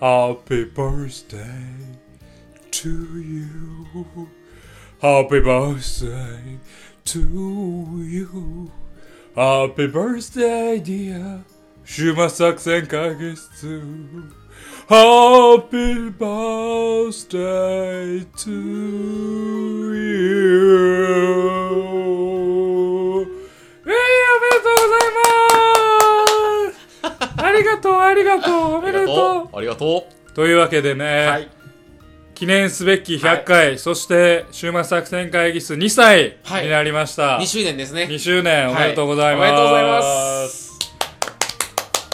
Happy birthday to you. Happy birthday to you. Happy birthday, dear. 週末作戦会議室。Happy birthday to you. えー、おめでとうございます。ありがとう、ありがとう、おあめりがでととうありがとう。というわけでね、うはい記念すべき100回、そして週末作戦会議室2歳はいになりました、 2周年ですね2周年おめでとうございます、はおめでとうございます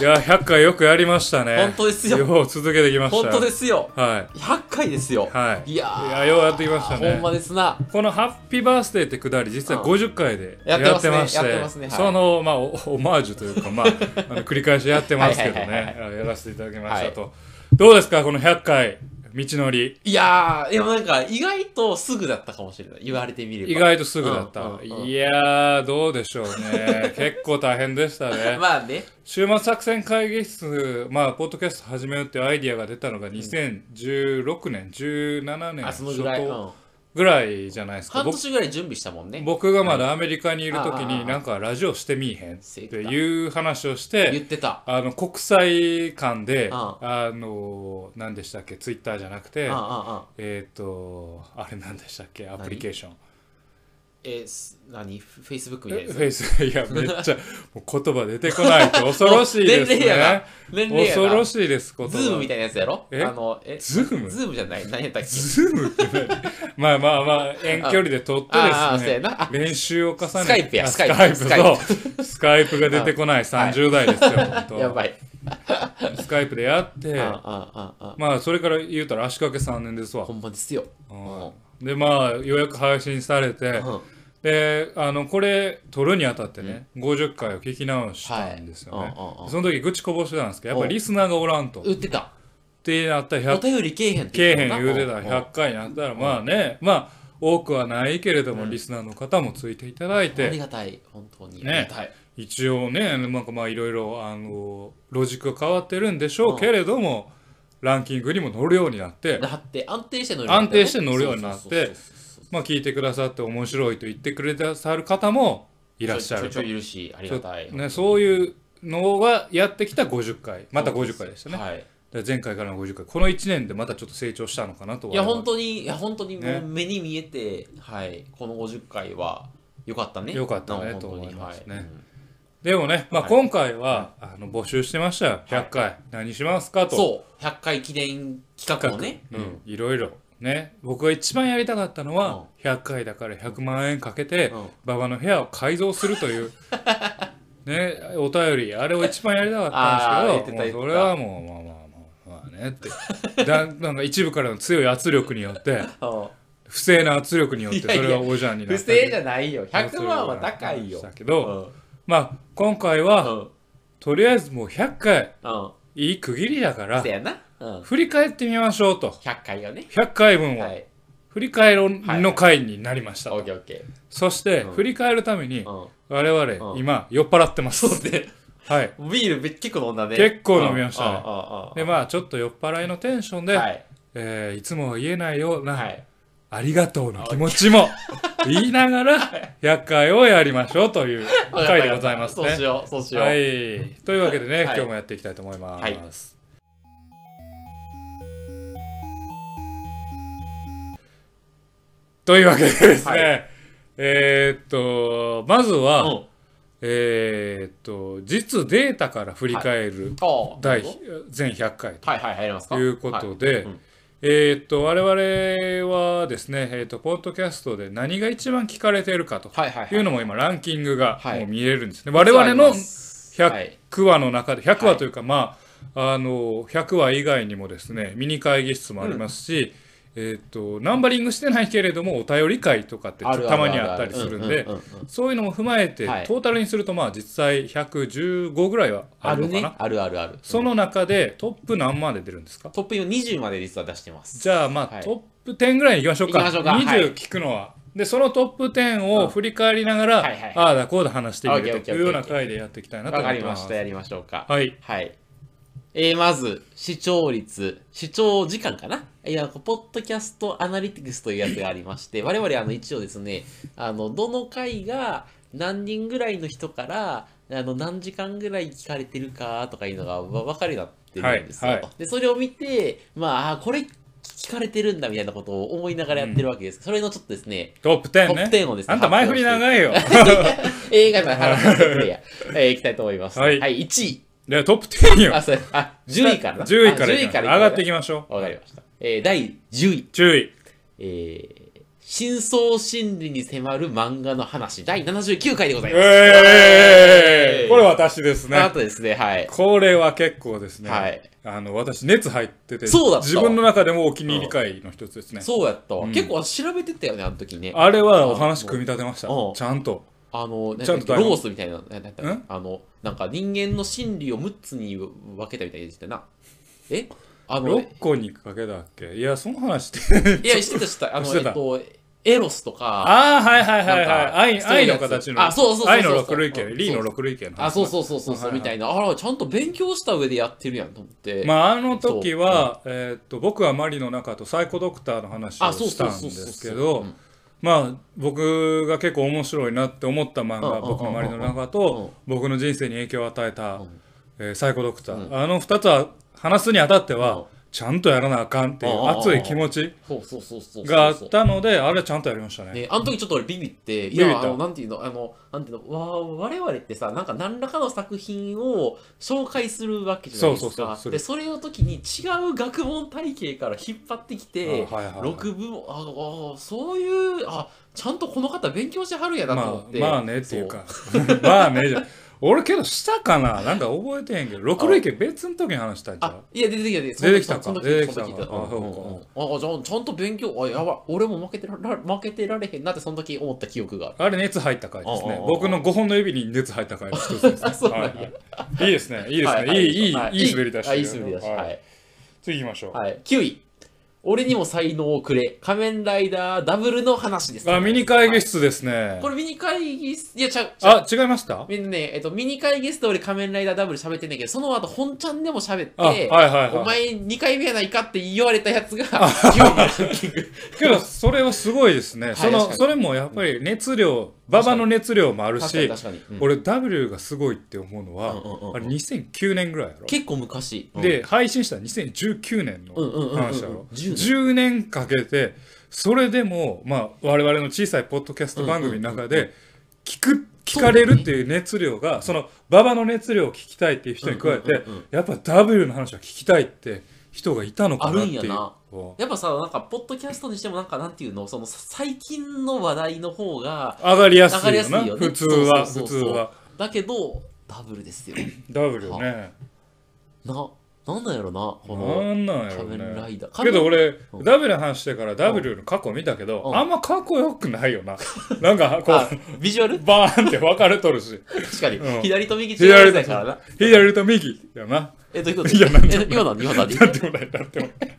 いや100回よくやりましたね本当ですよよう続けてきました本当ですすよは100回ですよいはいいやーいやようやってきましたねほんまですなこの「ハッピーバースデー」ってくだり実はうん50回でややってまっすねてましてやってますねはいその、まあ、おオマージュという か、まあ、あの繰り返しやってますけどはいはいはねやらせていただきましたと、はどうですかこの100回道のりいやーでもなんか意外とすぐだったかもしれない言われてみれば意外とすぐだった、うんうんうんいやーどうでしょう ね結構大変でしたねまあね週末作戦会議室、まあ、ポッドキャスト始めようっていうアイディアが出たのが2016年、17年あそのぐらい、うん初頭ぐらいじゃないですか。半僕年ぐらい準備したもんね僕がまだアメリカにいる時あああに、なんかラジオしてみいへんっていう話をし、言っててたあの、国際間で、ああの、何でしたっけ、ツイッターじゃなくうてんう、んうんえっと、あれ何でしたっけ、アプリケーション。えーす何フェイスブックみたいえなフェイス、いや、めっちゃ、もう言葉出てこない と恐ろしいです年齢やね。な年齢やな恐ろしいです、言葉。ズームみたいなやつやろえあのえズームズームじゃない何やったっけズームって何まあまあまあ、遠距離で撮ってあああでそうすやねなあ、練習を重ねて、スカイプやあスカイプスカイプ、そうスカイプが出てこない30代ですよ、本当やばいスカイプでやってうんう、んうんうんまあ、それから言うたら足掛け3年ですわほ。んまですようんで、まあ、ようやく配信されて、うんで、あの、これ、撮るにあたってね、50回を聞き直したんですよはいねうんうんう。んその時、愚痴こぼしてたんですけど、やっぱりリスナーがおらんと。売ってたってなったら100お便りけえへんってけえたへんもな言うてたら100回になったらまあねまあ多くはないけれどもリスナーの方もついていただいありてがたい本当にねありがたい一応ねなんかまあいろいろあのロジックが変わってるんでしょうけれどもランキングにも乗るようになってだって安定して乗る安定して乗るようになっていまあ聞いてくださって面白いと言ってくださる方もいらっしゃるちとょいちょいいるしありがたいねそういうのがやってきた50回また50回でしたねはいだから前回からの50回この1年でまたちょっと成長したのかなといや我々本当にいや本当にもねう目に見えてはいこの50回は良かったね良かったねうんと思い本当にますねはいでもね、まあ、はい今回は、あの募集してましたよ100回、何しますかうんとそう100回記念企画をねうんいろいろね僕が一番やりたかったのは、100回だから100万円かけて、うん馬場の部屋を改造すると いうねお便りあれを一番やりたかったんですけあー言ってたど言ってたもうそれはもうまあまあまあまあねって だなんか一部からの強い圧力によ ってうん不正な圧力によっていそやいやれがおじゃんにな不った正じゃゃないよ100万は高いよだけうど、んまあ今回は、うんとりあえずもう100回うんいい区切りだからせやなうん振り返ってみましょうと100回よね100回分はをい振り返ろはいの回になりましたと、オッケーオッケそして、うん振り返るためにーうん我々、うん今酔っ払ってますそうねはいビールめ結構飲んだね結構飲みましたねねでまあちょっと酔っ払いのテンションで、はいえーいつもは言えないような、はいありがとうの気持ちも言いながら100回をやりましょうという回でございますそうしねようそうしようはいというわけでね、はい今日もやっていきたいと思います、はいというわけでですね、はえーっとまずは、うんえーっと実データから振り返るああ第なるほ全100回どはいはい入りますとかいうことで、いうんえーっと我々はですね、えーっとポッドキャストで何が一番聞かれているかとはいはいはいいうのも今ランキングがはいもう見れるんですね、我々のは100い話の中で100話というか、まああの100話以外にもですねミニ会議室もありますし、えーっとナンバリングしてないけれどもお便り会とかってあるあるたまにあったりするんでううううんそういうのも踏まえて、はいトータルにするとまあ実際115ぐらいはああるのるかねな、あるあるあるその中でトップ何まで出るんですかトップ20まで実は出してますじゃあまあ、はいトップ10ぐらいに行きましょうか行きましょうかはい20聞くのは、でそのトップ10を振り返りながら、うんはいはいああだこうだ話していけるというようなオッケーオ回ッケーオッケーでやっていきたいなとわ思かいりまましすたやりましょうかはいはいえーまず、視聴率、視聴時間かないや、ポッドキャストアナリティクスというやつがありまして、 我々、あの、一応ですね、あの、どの回が何人ぐらいの人から、あの、何時間ぐらい聞かれてるかとかいうのがわ分かるようになってるんですよ。はいはいで、それを見て、まあ、あーこれ聞かれてるんだみたいなことを思いながらやってるわけです。それのちょっとですね、トップ10ね。トップ10をですねあんた前振り長いよ。映画の話をして くれや、えー、いきたいと思います。はいはい、1位。いや、トップ10よあ、。そうあ、10位からな。 10位からあいきましょう10上がっていききましょう。わかりました。えー、第10位。注意。えー、真相心理に迫る漫画の話、第79回でございます。ええーー、これ私ですあね。とですね、はい。これは結構ですね。はいあの、私、熱入ってて、そうだった自分の中でもお気に入り会の一つですね。そうやったわ。うん結構調べてたよね、あの時ね。あれはお話組み立てましたうん。ちゃんと。あの、なんちゃだんっとけ台本ロースみたいな、なんだっけんあの、なんか人間の心理を6つに分けたみたいでしたな。えあの、 6個にかけたっけいや、その話って。いや、してたしてた。あの、してえたっと、エロスとか、ああ、はいはいはいなんかはい。愛、そういう愛やのつ形の。あそうそうそうそう愛の六類型うね。んリーの六類型の話。あ、そうそうそうそうそう、はいはいみたいな。あら、ちゃんと勉強した上でやってるやんと思って。まあ、あの時は、えーっと、僕はマリの中とサイコドクターの話をあ、そうしたそうんそうでそうすけうどん、まあ、僕が結構面白いなって思った漫うんうんうん画、うん僕のマリの中うんと、僕の人生に影響を与えたん、えーサイコドクタうー。あの二つは、話すにあたってうんは、ちゃんとやらなあかんっていうんううんうんうん熱い気持ちそうそうそうそうそう。があったので、あれちゃんとやりましたね。ね、あの時ちょっと俺ビビって、いビビっや、あたの、なんていうの、あの、なんていうの、わ我々ってさ、なんか何らかの作品を紹介するわけじゃないですか。そうそうそうするで、それの時に違う学問体系から引っ張ってきて、あはいはいはい六部門、ああ、そういう、あ、ちゃんとこの方勉強してはるんやなと思まっあ、て。まあねっていうか、まあねじゃない俺けどしたかななんか覚えてへんけど、六類型別の時に話したんちゃあう、いや、出てきた、出出てきたかその時出てきたかその時あそうかうんうんうんあ、じゃあ、ちゃんと勉強、あ、やばい、俺も負けてらら負けてられへんなって、その時思った記憶がある。あれ熱入った回ですああねあ。あ僕の5本の指に熱入った回の一つです。 あそうなんやはいはいいいですね。いいですはね。いい、いい、いい滑り出し。あいい滑り出し。ははいい。次行きましょう。はい、9位。俺にも才能をくれ。仮面ライダーダブルの話です、あ、ミニ会議室。室ですねこ。れミニ会議室、いや、ちゃう、ちゃあ、う。違いましたみんなね、えっと、ミニ会議室で俺仮面ライダーダブル喋ってんだけど、その後本ちゃんでも喋って、あ、はいはいおはい。前2回目やないかって言われたやつが、9位にランキング。けど、それはすごいですね。いそ確の、かにそれもやっぱり熱量、馬場の熱量もある確かにし、確かに。うん俺 W がすごいって思うのはうんうんうんうん、あれ2009年ぐらいやろ。結構昔。うん、で、配信したの2019年のうんうんうんうん話だろ。 10 10年かけて、それでも、まあ、我々の小さいポッドキャスト番組の中で、聞く、聞かれるっていう熱量が、その、馬場の熱量を聞きたいっていう人に加えてうんうんうんうん、やっぱ W の話を聞きたいって人がいたのかなっていう。あるんやなこうやっぱさ、なんか、ポッドキャストにしても、なんか、なんていうの、その、最近の話題の方が、上がりやす上がいりやよすな、いよね。普通は、そ普う通そうそうそうは。。だけど、ダブルですよ。 W ね。な、なんだやろな、この。なんなんやろ仮面ラね。イダー。けど俺、うん W の話してから W の過去見たけど、うんあんま過去良くないよな。なんか、こあう、ビジュアル バーンって分かれとるし確かに、うん左と右違左うとやつやからな。左と右やなえっと、一つ。いやなんでえ今の、今の何、なんてもないなんてもない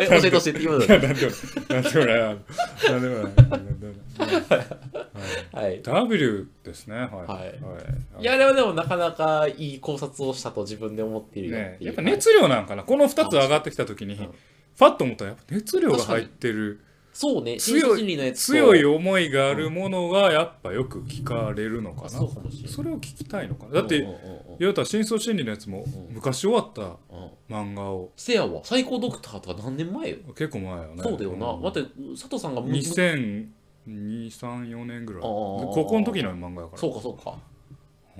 え教えて教えて、今のいやなんてもないなんてもないなんでもないなんでもないはい。 W ですねはいはいはいいや、あれはでも、なかなかいい考察をしたと自分で思っているよねていうやっぱ熱量なんかなこの2つ上がってきた時にうんファッと思ったらやっぱ熱量が入ってるそうね、新強卒心理のいやつと強い思いがあるものがやっぱよく聞かれるのかあなそうかもしれない。それを聞きたいのかなだってうんうんうんうん言うたら深層心理のやつもうん昔終わったうん漫画をせやわ、最高ドクターとか何年前よ。結構前よねそうだよな。ん待って、佐藤さんがむむ200234年ぐらいあー高校の時の漫画やからそうか、そうか。うん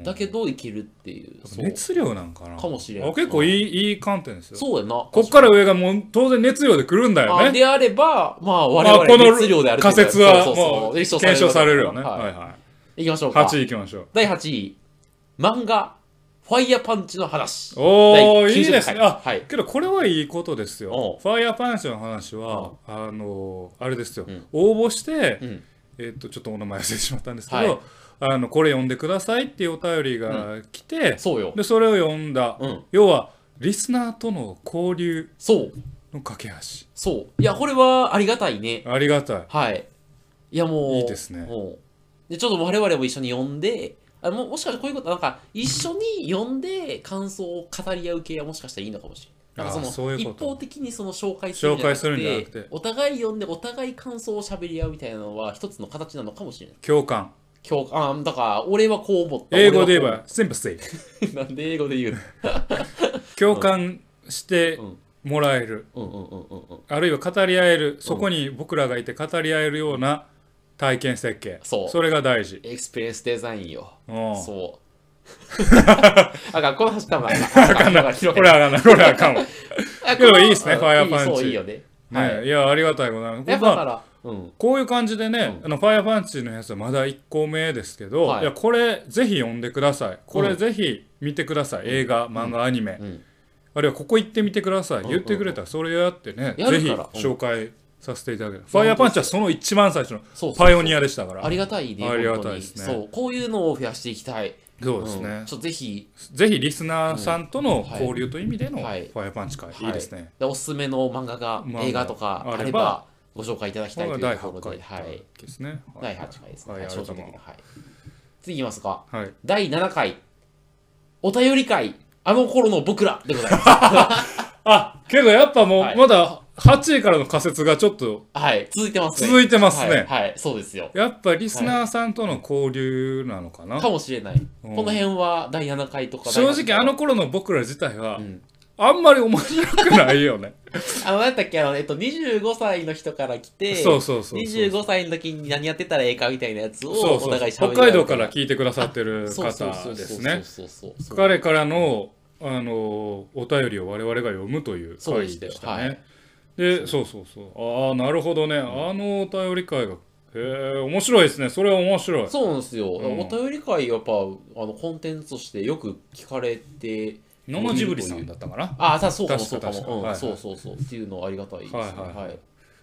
だけど、いけるっていう。そう熱量なんかなかもしれんあ結構いいいい観点ですよそうやな。こっから上がもう当然熱量で来るんだあよねであれば、まあ、我まあこ々の熱量である仮説はそうそうそうもう立証検証されるよねはいはいはいきましょいうか。 8位いきましょう第8位。漫画、ファイヤーパンチの話。おお第90いいですね回あはい。けどこれはいいことですおよファイヤーパンチの話はあのーあれですようん応募してうん。えっとちょっとお名前忘れてしまったんですけはいどあのこれ読んでくださいっていうお便りが来てそうよ。でそれを読んだうん。要はリスナーとの交流そう。の架けそう。いや、これはありがたいね。橋ありがたいはい。いや、もう。いいですねもうで、ちょっと我々も一緒に呼んで、あももしかしたらこういうことなんか一緒に読んで感想を語り合う系はもしかしたらいいのかもしれない。なんあーかそそのういうこ一と方的にその紹介するんじ紹介するんじゃゃななくくててお互い読んでお互い感想を喋り合うみたいなのは一つの形なのかもしれない。共感今日あーだから俺はこう思った。英語で言え俺はば全部 say こうなんで英語で言う共感してうんもらえるうんうんうんうんうん。あるいは語り合えるそこに僕らがいて語り合えるような体験設計そうれが大事エクスペリエンスデザインよ。うんそう。 あかん、この話 多分あかん。あかん、だから広こいれ。はあかんなこれはあかんわねあでもいいっすねこフのァイヤーパンチいいそう、いいよね。 はい。いやありがたいことなのやっぱだから、うん。こういう感じでね、あのファイアファンチーのやつはまだ1個目ですけど、、はいいやこれぜひ読んでくださいこれぜひ見てください、映画漫画アニメ、うんあるいはここ行ってみてください、ん言ってくれたらそれやってね、やぜるひから紹介させていただける、ファイアファンチはその一番最初そうのそうそうパイオニアでしたからありがたいね。ありがたい本当にですねそう、こういうのを増やしていきたい。そうですね、んちょっとぜひ、ぜひリスナーさんとのはい交流という意味でのフはいァイアパンチ会、い、いですね、でおすすめの漫画が漫、画映画とかああれればば、ご紹介いただきこたいれとがいう第とこ8ろ回で、はい。ですね、はい第8回ですね。はいはい、あり象がと徴う的ございな。まはい。次いきますか。すはい第7回、お便り会、あの頃の僕らでござ います。あけどやっぱもはういまだ8位からの仮説がちょっとはい、続いてますね。続いてますねはい、はいそうですよ。やっぱリスナーさんとの交流なのかな、かもしれない。この辺は第7回とか第正八回直あの頃の僕ら自体は、んあんまり面白くないよねあの、なんだっけ、あの、えっと、25歳の人から来て、そうそうそうそう25歳の時に何やってたらええかみたいなやつをそうおそう互い北喋り合う海道から聞いてくださってるそうそう方そうですそうねそうそうそう。彼からのあのお便りを我々が読むというそうで回したでよしたはねいでそうそうそうああなるほどね、あのお便り会がへえ面白いですねそれは面白いそうなんですよ。んお便り会、やっぱ、あの、コンテンツとしてよく聞かれて、野間ジブリさんだったかなああ、さそうかも、確そうかか確かも。うはいん、そうそうそう。っていうのはありがたいですね。はいはいはい。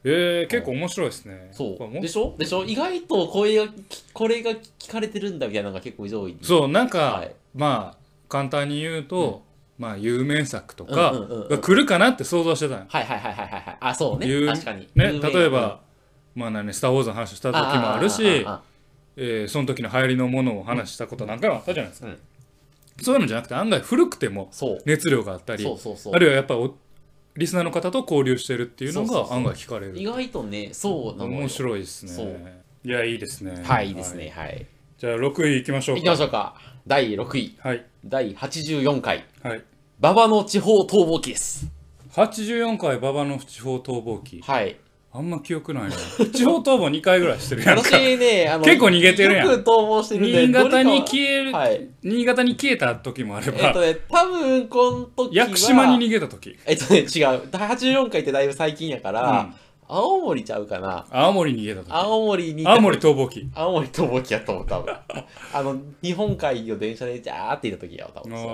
えー、結構面白いですねやっぱそう。もでしょでしょ意外と声がき、これが聞かれてるんだみたいなのが結構上位に。そうなんか、はいまあ簡単に言うと、まあ有名作とかうんうんうんうんが来るかなって想像してたの、はいはいはいはいはいはい。あ、そう有ね。確かに。ね有名例えば、まあ何スター・ウォーズの話した時もあるしあああああえーその時の流行りのものを話したことなんかもあったじゃないですか、うんそういうのじゃなくて案外古くてもそう熱量があったりそうそうそうあるいはやっぱおリスナーの方と交流してるっていうのそうそうがそう案外聞かれる意外とねそうなのよ面白いですそねういやいいですねはいいいですねはいじゃあ6位いきましょう行かきましょうか第6位はい第84回はい馬場の地方逃亡記です84回馬場の地方逃亡記はいあんま記憶ないな。地方逃亡2回ぐらいしてるやんか。私ねあの結構逃げてるやんよく逃亡してるんで新潟にどれかは消える、はい新潟に消えた時もあれば、えっとね多分この時は屋久島に逃げた時、えっとね違う第84回ってだいぶ最近やから、うん青森ちゃうかな青森に逃げた時、青森に青森逃亡記。青森逃亡記やと思う多分あの日本海を電車でジャーって行った時やわ多分へ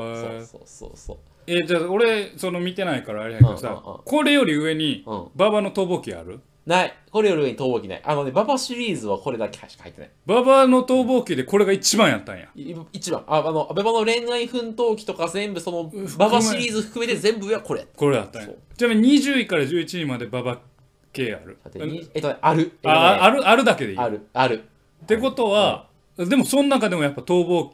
ーそうそうそうそうえじゃあ俺、その見てないからあれやけどうんうんうさん、これより上にうん、馬場の逃亡記あるない。これより上に逃亡記ない。あのね、ババシリーズはこれだけしか入ってない。馬場の逃亡記でこれが一番やったんや。い一番。ああの、アベバの恋愛奮闘記とか全部その、ババシリーズ含めて全部はこれやった。これだったんやそう。ちなみに20位から11位まで馬場系ある。だってに、えっとね、ある。あある。る、あるだけでいい。ある。ある。ってことは、でもその中でもやっぱ逃亡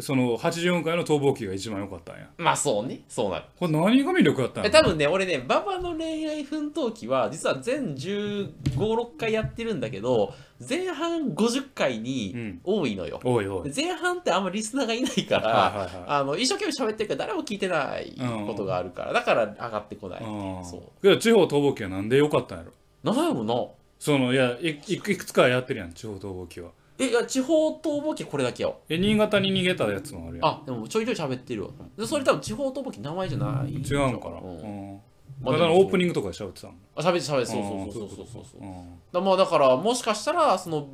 その84回の逃亡記が一番良かったんやまあそうね。そうなる。これ何が魅力だったんえや多分ね、俺ね、ババの恋愛奮闘記は、実は全15、6回やってるんだけど、前半50回うんに多いのよ。おいおい前半ってあんまりリスナーがいないから、はいはいはいあの一生懸命喋ってるけど誰も聞いてないことがあるから、だから上がってこない、うんそうけど地方逃亡記はなんで良かったんやろなんやろなそのいやいいくいくつかやってるやん地方逃亡記はえいや地方逃亡記これだけよえ新潟に逃げたやつもあるやんあでもちょいちょい喋ってるわでそれ多分地方逃亡記名前じゃない違うのかな、うんうんまあだからでもオープニングとかで喋ってたもんあ喋って喋ってそうあーそうそうそうそうそううだんまあだからもしかしたらその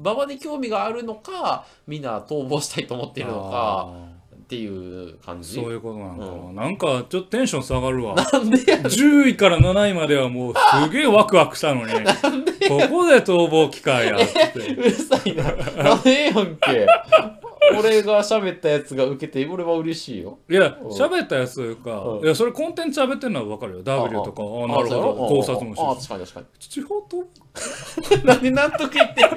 馬場に興味があるのかみんな逃亡したいと思ってるのかあーっていう感じそういうことなのかな、うなんかちょっとテンション下がるわなんでやねん10位から7位まではもうすげえワクワクしたのにここで逃亡機会やってうるさいななんでやんけ俺が喋ったやつが受けて俺は嬉しいよいやうん喋ったやつというかうんいやそれコンテンツ喋ってるのは分かるよ W とかああなるそうやほどろ考察もああして確かに確か地方と になんで納得いってる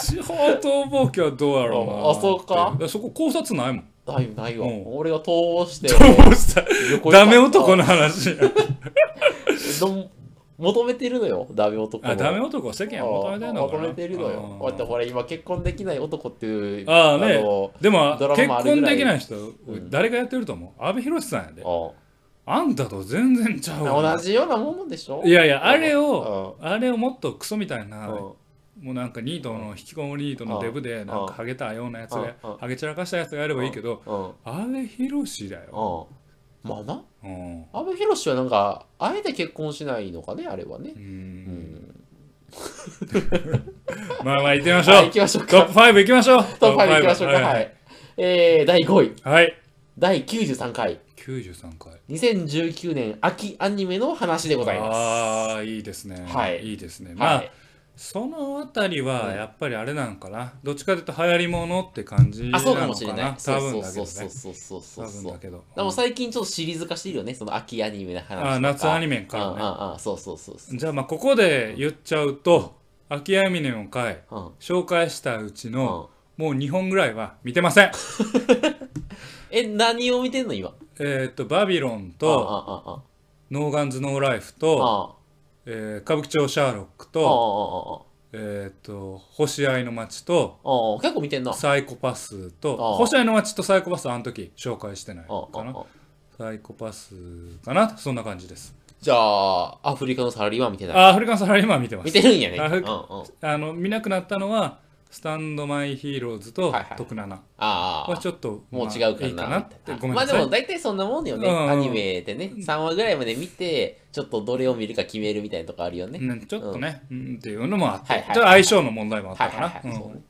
地方逃亡記はどうやろうなあそうかってそこ考察ないもんだいぶないわ。うん俺が通して、どうした横に立ったダメ男の話やどん求めてるのよ、ダメ男をあダメ男は世間は求めてるのかな求めてるのよ。あーだってほら、今結婚できない男っていう。ああねのでもドラ結マもある婚ぐらでいきない人ん誰がやってると思う阿部寛さんやでああんたと全然ちゃうわ同じようなものでしょいやいやあれをあれをもっとクソみたいなうんもうなんかニートの引きこもりニートのデブでなんかハゲたようなやつがうんうんハゲ散らかしたやつがやればいいけどうん。うん。阿部寛だよ、まあな、うん阿部寛はなんか、あえて結婚しないのかね、あれはねう。、うんん。まあまあ行ってみましょう、はい、行きましょうトッかプ。5行きましょうトップ5行きましょうか。は、はいい。えー、第5位。はい、第93回。 93回2019年秋アニメの話でございます。ああいいですね、はいいいですねまあ、はい、そのあたりはやっぱりあれなのかなどっちかというと流行りものって感じなあ、そうかのもしれかな。ない多そう分そだけどうそうそうねそうそうそ多う分だけどでも最近ちょっとシリーズ化しているよね、その秋アニメの話とか。あ夏アニメうんうんうんかそうそうそうそねじゃあまあここで言っちゃうと秋アミネの回う。うんうん紹介したうちのもう2本ぐらいは見てま せんえ、何を見てんの今。えーっとバビロンうんうんうんとうんノーガンズノーライフうんと、えー歌舞伎町シャーロックうんうんと、えうんうんーっと星合いの街とうんうん結構見てんな。サイコパスとああ星合いの街とサイコパスはあの時紹介してないうんかうんなうんサイコパスかなそんな感じです。じゃあ、アフリカのサラリーマン見てない。あ、アフリカンサラリーマン見てま見す。てるんやね。あうんうん。あの、見なくなったのは、スタンドマイヒーローズとはいはい徳七ああは。ちょっと、もうまあ違うかな。いいかなって。ごめんまあなでさい。も大体そんなもんよね。うんアニメでね。3話ぐらいまで見て、ちょっとどれを見るか決めるみたいなとこあるよね。うんちょっとね、うんっていうのもあって、はいはいちょっと相性の問題もあっはいたはいかはい。な。そううんねだか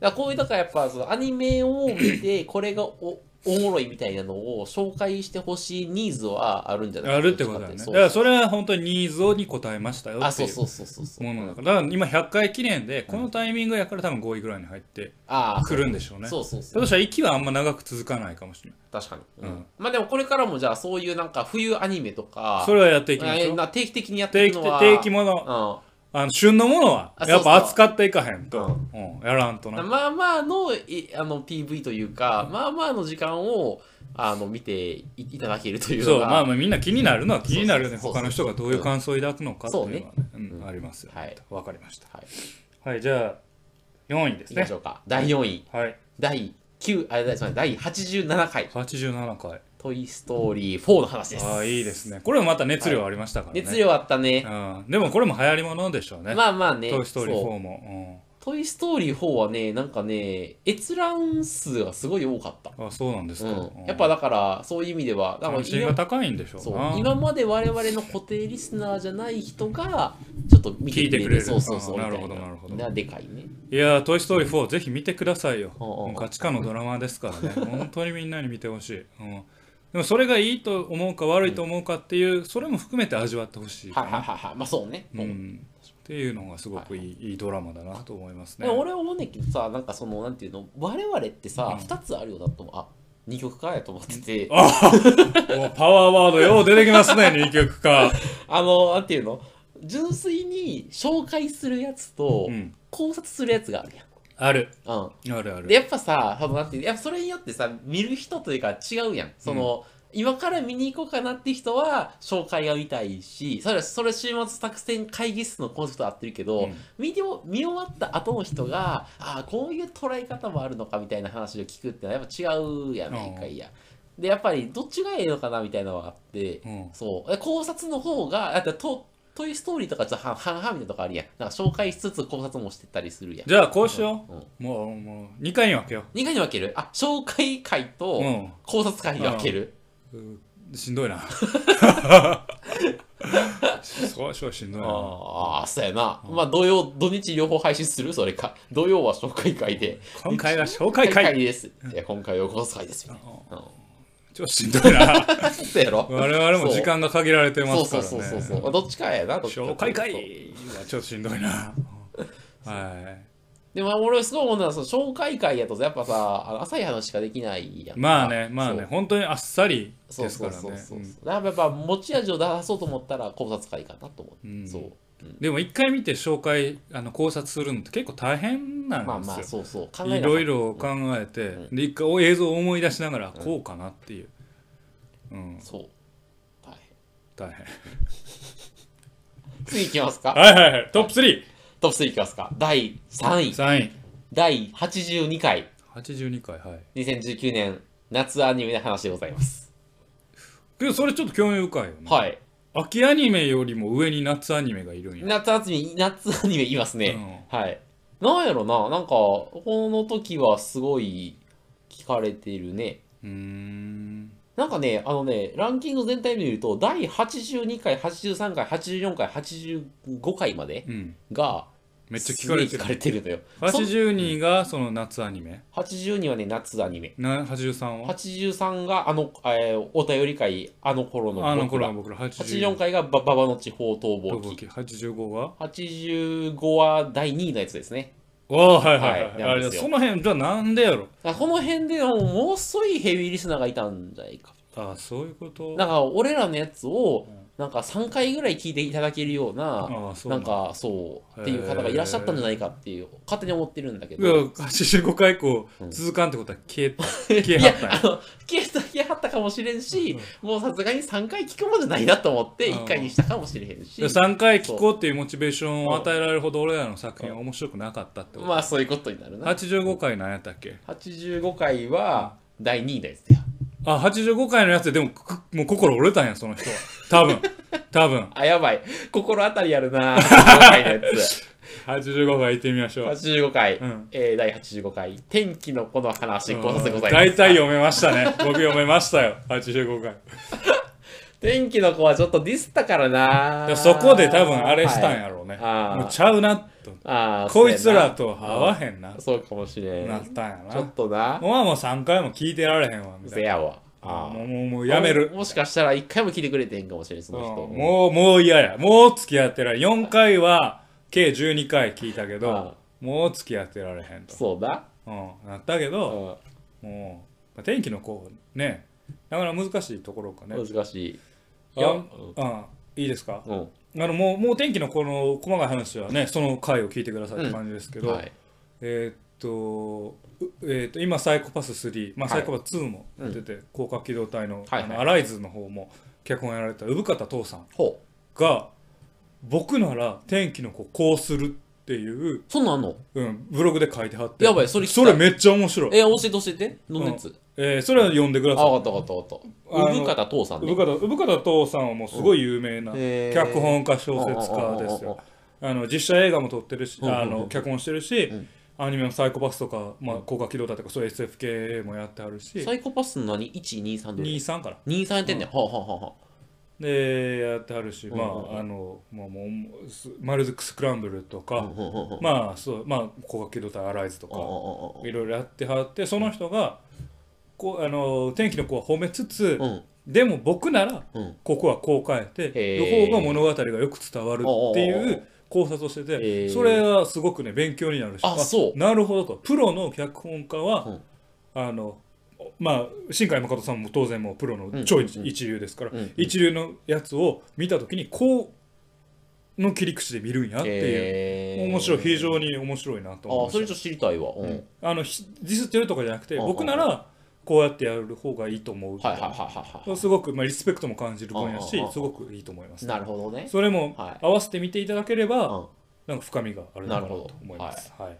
らこういう、だからやっぱそのアニメを見 て、これがおおもろいみたいなのを紹介してほしいニーズはあるんじゃないあるってことだよね。だそかうらそれは本当にニーズに応えましたよっあ、てそいうそうそうそうそうう。ものだから、だから今100回記念で、このタイミングやから多分5位ぐらいに入ってああ、くるんでしょうね。そううそうそう。そしたら息はあんま長く続かないかもしれない。確かに。うんうんまあでもこれからもじゃあそういうなんか冬アニメとか、それはやっていきましえょーう。な定期的にやってい定く期のは。定期ものうん。あの旬のものはあやっぱそうそう扱っていかへんと、うんやらんとな。まあまあのいあの PV というか、まあまあの時間をあの見ていいただけるというそのうが、まあまあみんな気になるのは気になるよねそうそうそ他うの人がどういう感想を抱くのかっていうのはねねうんありますよはいわかりましたはい、はいじゃあ4位ですいきまねしょうか。第4位、はい第9、あれ、すみません、第87回、 87回トイ・ストーリー4の話です。ああいいですねこれもまた熱量ありましたからね熱量あったね。うんでもこれも流行りものでしょうねまあまあね、トイ・ストーリーそう4もトイ・ストーリー4はね、なんかね、閲覧数がすごい多かった。うんあそうなんですうかん、やっぱだから、そういう意味では、だから関心今が高いんでしょうそうな今まで我々の固定リスナーじゃない人がちょっと見てく聞いれるてくれるそうそうそうあーみなたいるほどなるほどなでかいねいやートイ・ストーリー4」ぜひ見てくださいよ。うんうんもう価値観のドラマですから ね。本当にみんなに見てほしい、うん。でもそれがいいと思うか悪いと思うかっていう、それも含めて味わってほしいかはいはいな、はいはいまあそうね、ううんん。っていうのがすごくいい,、い、いドラマだなと思いますでね。も俺思うねんけどさなんかそのなんていうの我々ってさ、うん二2つあるよだと思うあ二極化やと思っててあ あもうパワーワードよう出てきます ね、二曲か。のなんていうの純粋に紹介するやつとうん考察するやつがあるやん、ある。うん、あるある。でやっぱさそのなんていうやっぱそれによってさ見る人というか違うやんその、今から見に行こうかなって人は紹介が見たいしそれはそれ週末作戦会議室のコンセプトは合ってるけうど、ん見ても見終わった後の人がああこういう捉え方もあるのかみたいな話を聞くってのはやっぱ違うやんうん一回や。でやっぱりどっちがええのかなみたいなのがあって、うんそうで考察の方がだってトトイ・ストーリーとかちょっと半半々みたいなとこあるやんなんか紹介しつつ考察もしてたりするやん。じゃあこうしよう。うんもう、もう、2回に分けよ2回に分けるあ紹介会う。うとん。考察会に分ける、うんしん どいな。そうそうしんどいな。ああそうやな、まあ土曜土日両方配信するそれか土曜は紹介会で今回は紹介会紹です、いや今回は考察会ですよね、うんちょっとしんどい な。そうやろ我々も時間が限られてまそうすかそうらね。そうそうそう、まあ、どっちかやなどっちか紹介会はちょっとしんどいな。はでも俺すごい思うのはその紹介会やとやっぱさあの浅い話しかできないやい。んまあね、まあそね、う本当にあっさりそでうすそかうらそうね。そう、だからやっぱ持ち味を出そうと思ったら考察会かなと思うう、んそうでも一回見て紹介あの考察するのって結構大変なんですよ、まあまあそうそう考えなかっいたろいろ考えて、で一回映像を思い出しながらこうかなっていう、うんそう大変大変次いきますかはいはいはいトップ3トップ3いきますか第3位3位第82回82回はい2019年夏アニメの話でございますけどそれちょっと興味深いよね、はい秋アニメよりも上に夏アニメがいるんや夏アニメ夏アニメいますね、はいなんやろななんかこの時はすごい聞かれてるねうーんなんかね、あのね、ランキング全体で見ると、第82回、83回、84回、85回までうんが、めっちゃ聞かれてすげるえ聞かれてるのよ。そ82がその夏アニメ82はね、夏アニメ。な83は83が、あの、えーお便り会、あの頃の僕ら。あの頃は僕ら84 84回がバ、ババの地方逃と亡同記。期85は85は第2位のやつですね。ああはいはいはい、はいあなんれですよその辺じゃあなんでやろあこの辺でもう、もうすごいヘビーリスナーがいたんじゃないか。ああそういうことなんか、俺らのやつを、なんか3回ぐらい聞いていただけるような、ああそうななんんかそうへーっていう方がいらっしゃったんじゃないかっていう勝手に思ってるんだけいやど85回以降うん続かんってことは 消えた消えはったんやあの消えた消えはったかもしれんしもうさすがに3回聞くもんじゃないなと思ってうん1回にしたかもしれへんし3回聞こうっていうモチベーションを与えられるほど俺らの作品は面白くなかったってことまあそういうことになるな85回何やったっけ85回は第2位ですよあ85回のやつででもくもう心折れたんやその人は多 分多分あやばい心当たりやるな85回のやつ85回行ってみましょう85回、うんえー第85回「天気の子の話」考察でございます大体読めました ね僕読めましたよ85回天気の子はちょっとディスったからいやなそこで多分あれしたんはいやろうね、あーもうちゃうなとあーこいつらそうと合わへんなやなそうかもしれんなったんやちょっなとな、お前もう3回も聞いてられへんわみたせいなやわ。あもーうもうもうやめるももしかしたら一回も聞いてくれてへんかもしれん、その人。うんもう、もう嫌や。もう付き合ってられん。4回は、計12回聞いたけあど、もう付き合ってられへんと。そうだ。うん、なったけうど、んもう、まあ天気の子、ね、なかなか難しいところかね。うん、難しい。いやうんいいですかうん。あのもう、もう天気のこの細かい話はね、その回を聞いてくださいって感じですけど、はい。えーっと、うえーっと今、サイコパス3、まあ、はサいイコパス2も出て、広角機動隊の,、はいはいあのアライズの方も脚本やられた生方父さん。ほう。が僕なら天気の子こうするっていう、そんなんあんのうん、ブログで書いてはってやばい、それ聞きそたいれめっちゃ面白い、え、教えて教えて。どんなやつえーそれは読んでくだあ、さわかったわかったわかあった。の産方父さんいね生。方生方父さんはもうすごい有名なうんへー脚本家小説家ですうんうんうんうんよあの実写映画も撮ってるしうんうんうんあの脚本してるし、んアニメの「サイコパス」とか「まあ、高架機動だ」とかそういう SF 系もやってあるしサイコパスの何 ?1、2、3どれ23から ?2、3やってんねん。はあはあはあはでやってあるし、んうんうんまああの、まあ、もうすマルズスクランブルとか、あ。うんうんうんうんまあそうまあ高架機動隊アライズとかうんうんうんいろいろやってはってその人がこうあの天気の子は褒めつつ、うんでも僕ならうんここはこう変えへーての方が物語がよく伝わるっておうおうおいうう考察をしてへてーそれはすごくね勉強になるしあそうなるほどとプロの脚本家は、うんあのまあ新海誠さんも当然もうプロの超一一流ですから、うんうん一流のやつを見た時にこうの切り口で見るんやっていう。えー面白い非常に面白いなと思あ、いまそれしちょっと知りたいわ。うん。はいたあのひディスってるとかじゃなくてうんうんうん僕ならこうやってやる方がいいと思うはいはいはいはすごく、まあ、リスペクトも感じる分野しうんうんうんすごくいいと思いまい。すなるほどね。それもはい合わせて見ていただけれうばん。なんか深みがあるのかななるほとど思いますはいっ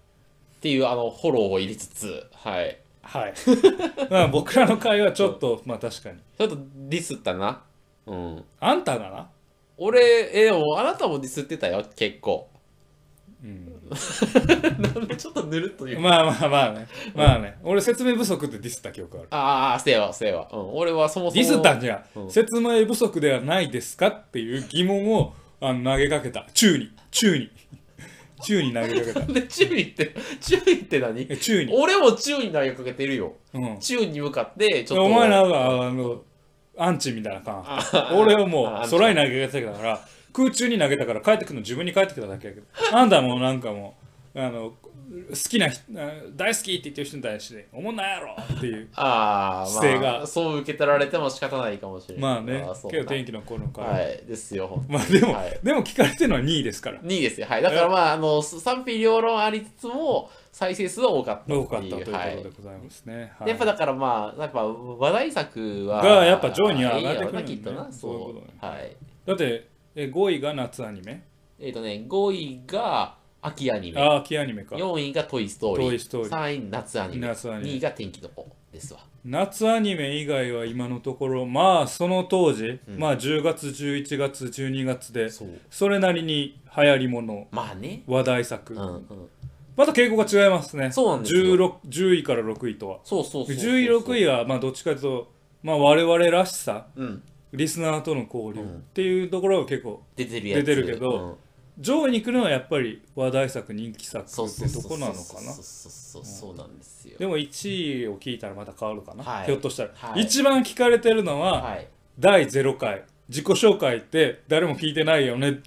ていうあのフォローを入れつつ、はい。はい まあ僕らの会はちょっとまあ確かにちょっとディスったな。うん。あんたがな俺、えもうあなたもディスってたよ、結構。 うんなんでちょっとぬるっと言う。まあまあまあねまあね俺説明不足でディスった記憶あるああ、せやわ、せやわ。うん。俺はそもそも。ディスったんじゃ、うん説明不足ではないですかっていう疑問をあの投げかけた中に中 に中に投げかけた なんで注意って、注意って何 え中に、俺も注意投げかけてるよ。うん、注意に向かって、ちょっと。お前らがあのアンチみたいな感俺はもう空に投げかけたから空中に投げたから帰ってくるの自分に帰ってきただけやけどあんたもうなんかもうあの好きな人大好きって言ってる人に対しておもんないやろっていうああ、まあ、姿勢がそう受け取られても仕方ないかもしれない。まあねそうかけど天気の頃の回、はい、ですよ、本当にまあでも、はいでも聞かれてるのは2位ですから2位ですよ。はい。だからまあ、あの、賛否両論ありつつも、再生数は多かったっていう。多かったということはでいございますね、はいでやっぱだからまあ、やっぱ話題作は。がやっぱ上位には上がってくるんだねいいやろなきっとな、そういうそことねう。はい。だってえ5位が夏アニメえっ、とね、5位が秋アニメ。あー秋アニメか4位がトイ・ストーリー。トイストーリー3位、夏アニメ。夏アニメ2位が天気の子ですわ。夏アニメ以外は今のところまあその当時、うんまあ10月11月12月でそう。それなりに流行りものまあね。話題作、うんうん。また傾向が違いますねそうなんですよ16 10位から6位とはそうそうそうそう。 10位6位はまあどっちかというと、まあ、我々らしさうん。リスナーとの交流うんっていうところが結構出てるやつ。出てるけどうん上位に来るのはやっぱり話題作人気作そうっそうてそとう。こなのかなそうそうそうそう、そうなんですよ。でも1位を聞いたらまた変わるかな、はいひょっとしたら、はい一番聞かれてるのは、はい。第0回自己紹介って誰も聞いてないよね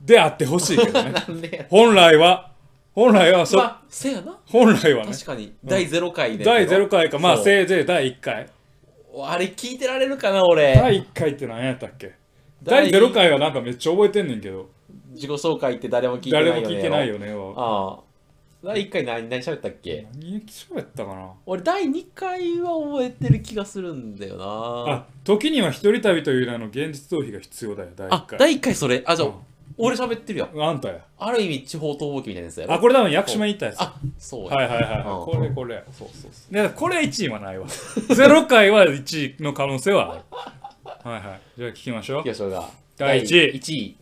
であってほしいけどねなんで、本来は本来はそ、まあ、せやな。本来はね確かに、第0回で。第0回かまあそうせいぜい第1回あれ聞いてられるかな、俺。第1回って何やったっけ第第0回はなんかめっちゃ覚えてんねんけど自己紹介って誰も聞いてない誰よね。も聞いてないよねはああ。第1回何何喋ったっけ何喋ったかな俺第2回は覚えてる気がするんだよなあ時には一人旅という名の現実逃避が必要だよ第あ1回第1回それあじゃあ、うん俺喋ってるやんあんたやある意味地方逃亡記みたいなやつやろあこれ多分屋久島に行ったやつはあそうや、いはいはいうんこれこれそうそうそね、これ1位はないわ。0回は1位の可能性はある。はいはい。じゃあ聞きましょうう。東が第一位1位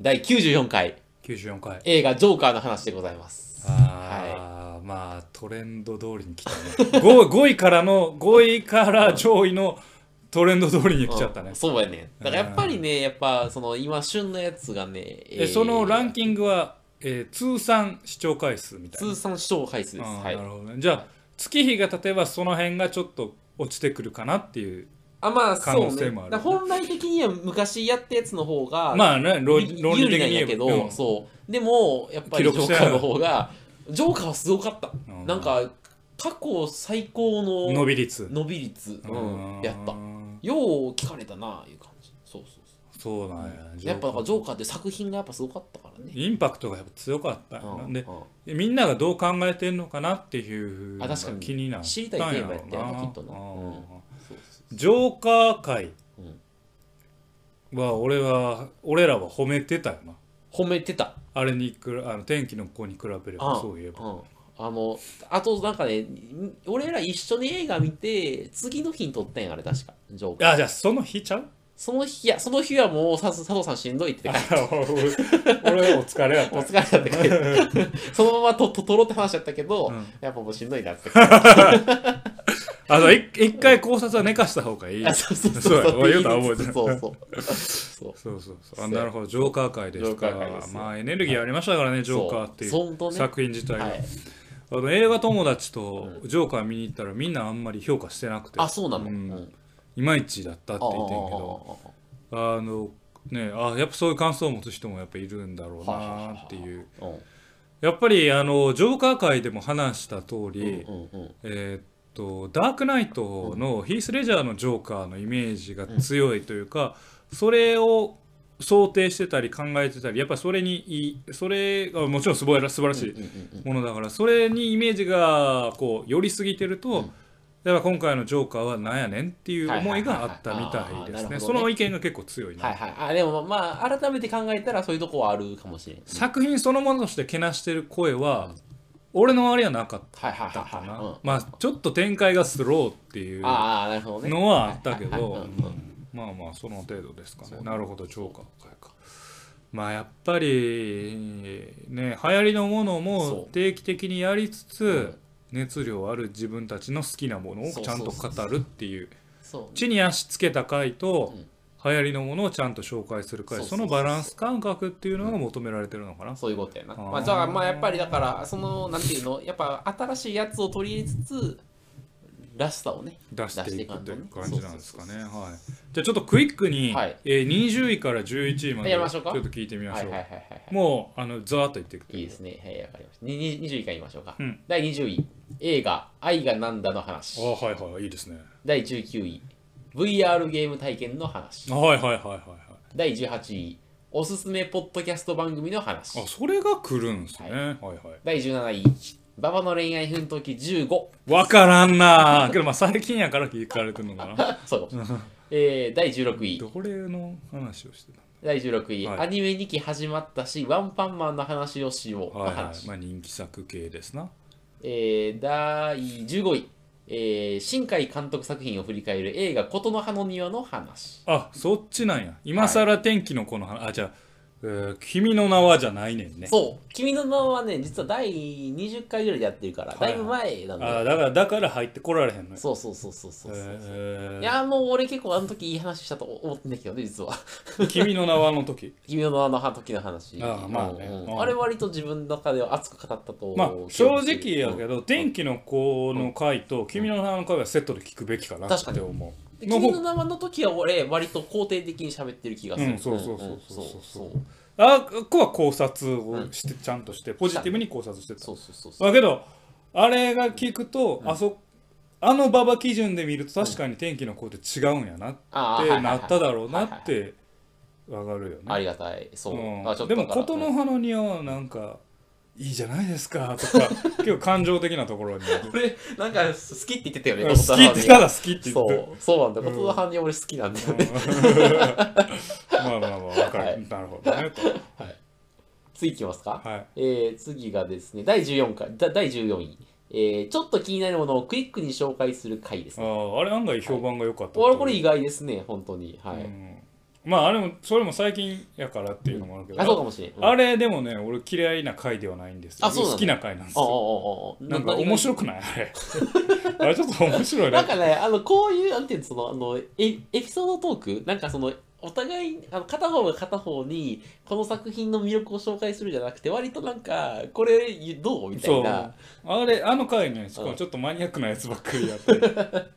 第94回94回。映画「ジョーカー」の話でございますああ、まあトレンド通りに来たね。5, 5位からの、5位から上位のトレンド通りに来ちゃったうねん。そうやねだからやっぱりねやっぱその今旬のやつがねえそのランンキングは、えー通算視聴回数みたいな。通算視聴回数ですあーはいなるほどね。じゃあ、月日が経てばその辺がちょっと落ちてくるかなっていう。あまあ可そう能ね性もあるだから本来的には昔やったやつの方がまあね、論有論理利的なんにやけど、うんそうでもやっぱりジ記録ョしてーないカーの方がジョーカーはすごかった、うんなんか過去最高の伸び率。伸び率、ううんんやったよう聞かれたなあいう感じそうそうそそうなんうや。やっぱだからジョーカーって作品がやっぱすごかったからねインパクトがやっぱ強かったよなうんでうんみんながどう考えてんのかなっていうあ確かに気になったんやろうな知りたいテーマやったよなきっとなうんそうそうジョーカー界うんは俺は俺らは褒めてたよな褒めてたあれにくらあの天気の子に比べればそういえばうんあのあとなんかねん俺ら一緒に映画見て次の日に撮ったんやあれ確かジョーカーあじゃあその日ちゃうその日いやその日はもうさ佐藤さんしんどいってあ書いて俺俺お疲れやっおた疲れだって書い てそのままとととろって話だったけど、うんやっぱもうしんどいな って書いてあのい一回考察は寝かした方がいいあそうそうそうや俺言うたら覚そえうてるそうそうそうそうそうそうあなるほどジョーカー界ですかジョーカー界ですまあエネルギーありましたからねジョーカーっていそうほんとうね作品自体がはい、あの映画友達とジョーカー見に行ったらみんなあんまり評価してなくてあそうなの、んうんいまいちだったってあああああ言ってんけどあのねあやっぱそういう感想を持つ人もやっぱいるんだろうなっていうあああうんやっぱりあのジョーカー界でも話した通り、うんうんうんえーっとダークナイトのヒース・レジャーのジョーカーのイメージが強いというか、それを想定してたり考えてたりやっぱそれにいいそれがもちろんすごい素晴らしいうんうんものだからそれにイメージがこう寄りすぎてると、だから今回のジョーカーはなんやねんっていう思いがあったみたいですね,、はいはいはいはいあーなるほどねその意見が結構強いな、はいはいあでもまあ改めて考えたらそういうとこはあるかもしれんうん作品そのものとしてけなしてる声は、俺の周りはなかっはいはいたはかいな、はい、うんまあちょっと展開がスローっていうのああなるほどねはあったけど、はいはいはいうんうんまあまあその程度ですかそうねねなるほどジョーカーかまあやっぱりね流行りのものそもう定期的にやりつつ、うん熱量ある自分たちの好きなものをちゃんと語るっていうそう地に足つけた回とうん流行りのものをちゃんと紹介する回そうそそうそうのバランス感覚っていうのが求められてるのかなそういうことやな。あーまあ、じゃあ、まあ、やっぱりだから、その、なんていうの、やっぱ新しいやつを取り入れつつ、らしさをね出していくという感じなんですかね。出していかんとねはい、じゃあちょっとクイックに、はいえー20位から11位までちやりょまっしょとうか聞いてみまはしいょはう。いはいはいはいもうあのざーっと言っていくといいですねはいわかりましたにに20位からいきましょうか、うん第20位映画「愛がなんだ」の話あはいはいいいですね。第19位 VR ゲーム体験の話あはいはいはいはいはい。第18位おすすめポッドキャスト番組の話あそれが来るんですね。ははいはい。第17位馬場の恋愛奮闘記15わからんなー。けどまあ最近やから聞かれてるのかな。 そう、 えー、第16位どれの話をしてた第16位、はいアニメ2期始まったしワンパンマンの話をしようのはい話、はい。まあ人気作系ですな。えー第15位、えー新海監督作品を振り返る映画「琴の葉の庭」の話あそっちなんや。今更天気の子の話、あじゃあ、えー君の名はじゃないねんね。そう「君の名は」ね実は第20回ぐらいでやってるからだはいいぶ前なんだよ、あだからだから入ってこられへんのよ。そうそうそうそうそうそう、えーいやーもう俺結構あの時いい話したと思ってんだけどね実は君の名はの時君の名の時の話ああまあねうんうんうんあれ割と自分の中では熱く語ったとまあ正直やどけど天気の子の回と君の名はの回はセットで聞くべきかな確かっにて思でうの君方の名はの時は俺割と肯定的に喋ってる気がする、うんそうそうそうそうそうあっこは考察をしてちゃんとしてポジティブに考察してそたうそうそうそうだけどあれが聞くとあそあの馬場基準で見ると確かに天気の子って違うんやなっああはいてはいはいなっただろうなってわかるよねありがたいそう、うんあちょっでともだから琴の葉の庭はなんかいいじゃないですかと か結構感情的なところにうん俺なんか好きって言ってたよね好きってただ好きって言っそてうそうなんだうん琴の葉に俺好きなんだよね、まあまあまあわかる、はいなるほどねと次いきますか、はいえー次がですね第14回だ第14位えーちょっと気になるものをクイックに紹介する回ですあねーあれ案外評判が良かった俺これ意外ですね本当にはい、うんまああれもそれも最近やからっていうのもあるけど、あそうかもしれん、うん、あれでもね俺嫌いな回ではないんですよあそうなんだ好きな回なんですあああああよあなんか何が面白くないあれあれちょっと面白いなねんかね、あの、こういう、なんていうの、その、あの、エエピソードトークなんかその、お互い、あの、片方が片方に、この作品の魅力を紹介するじゃなくて、割となんか、これ、どうみたいな。あれあの回ねしかうもんちょっとマニアックなやつばっかりやって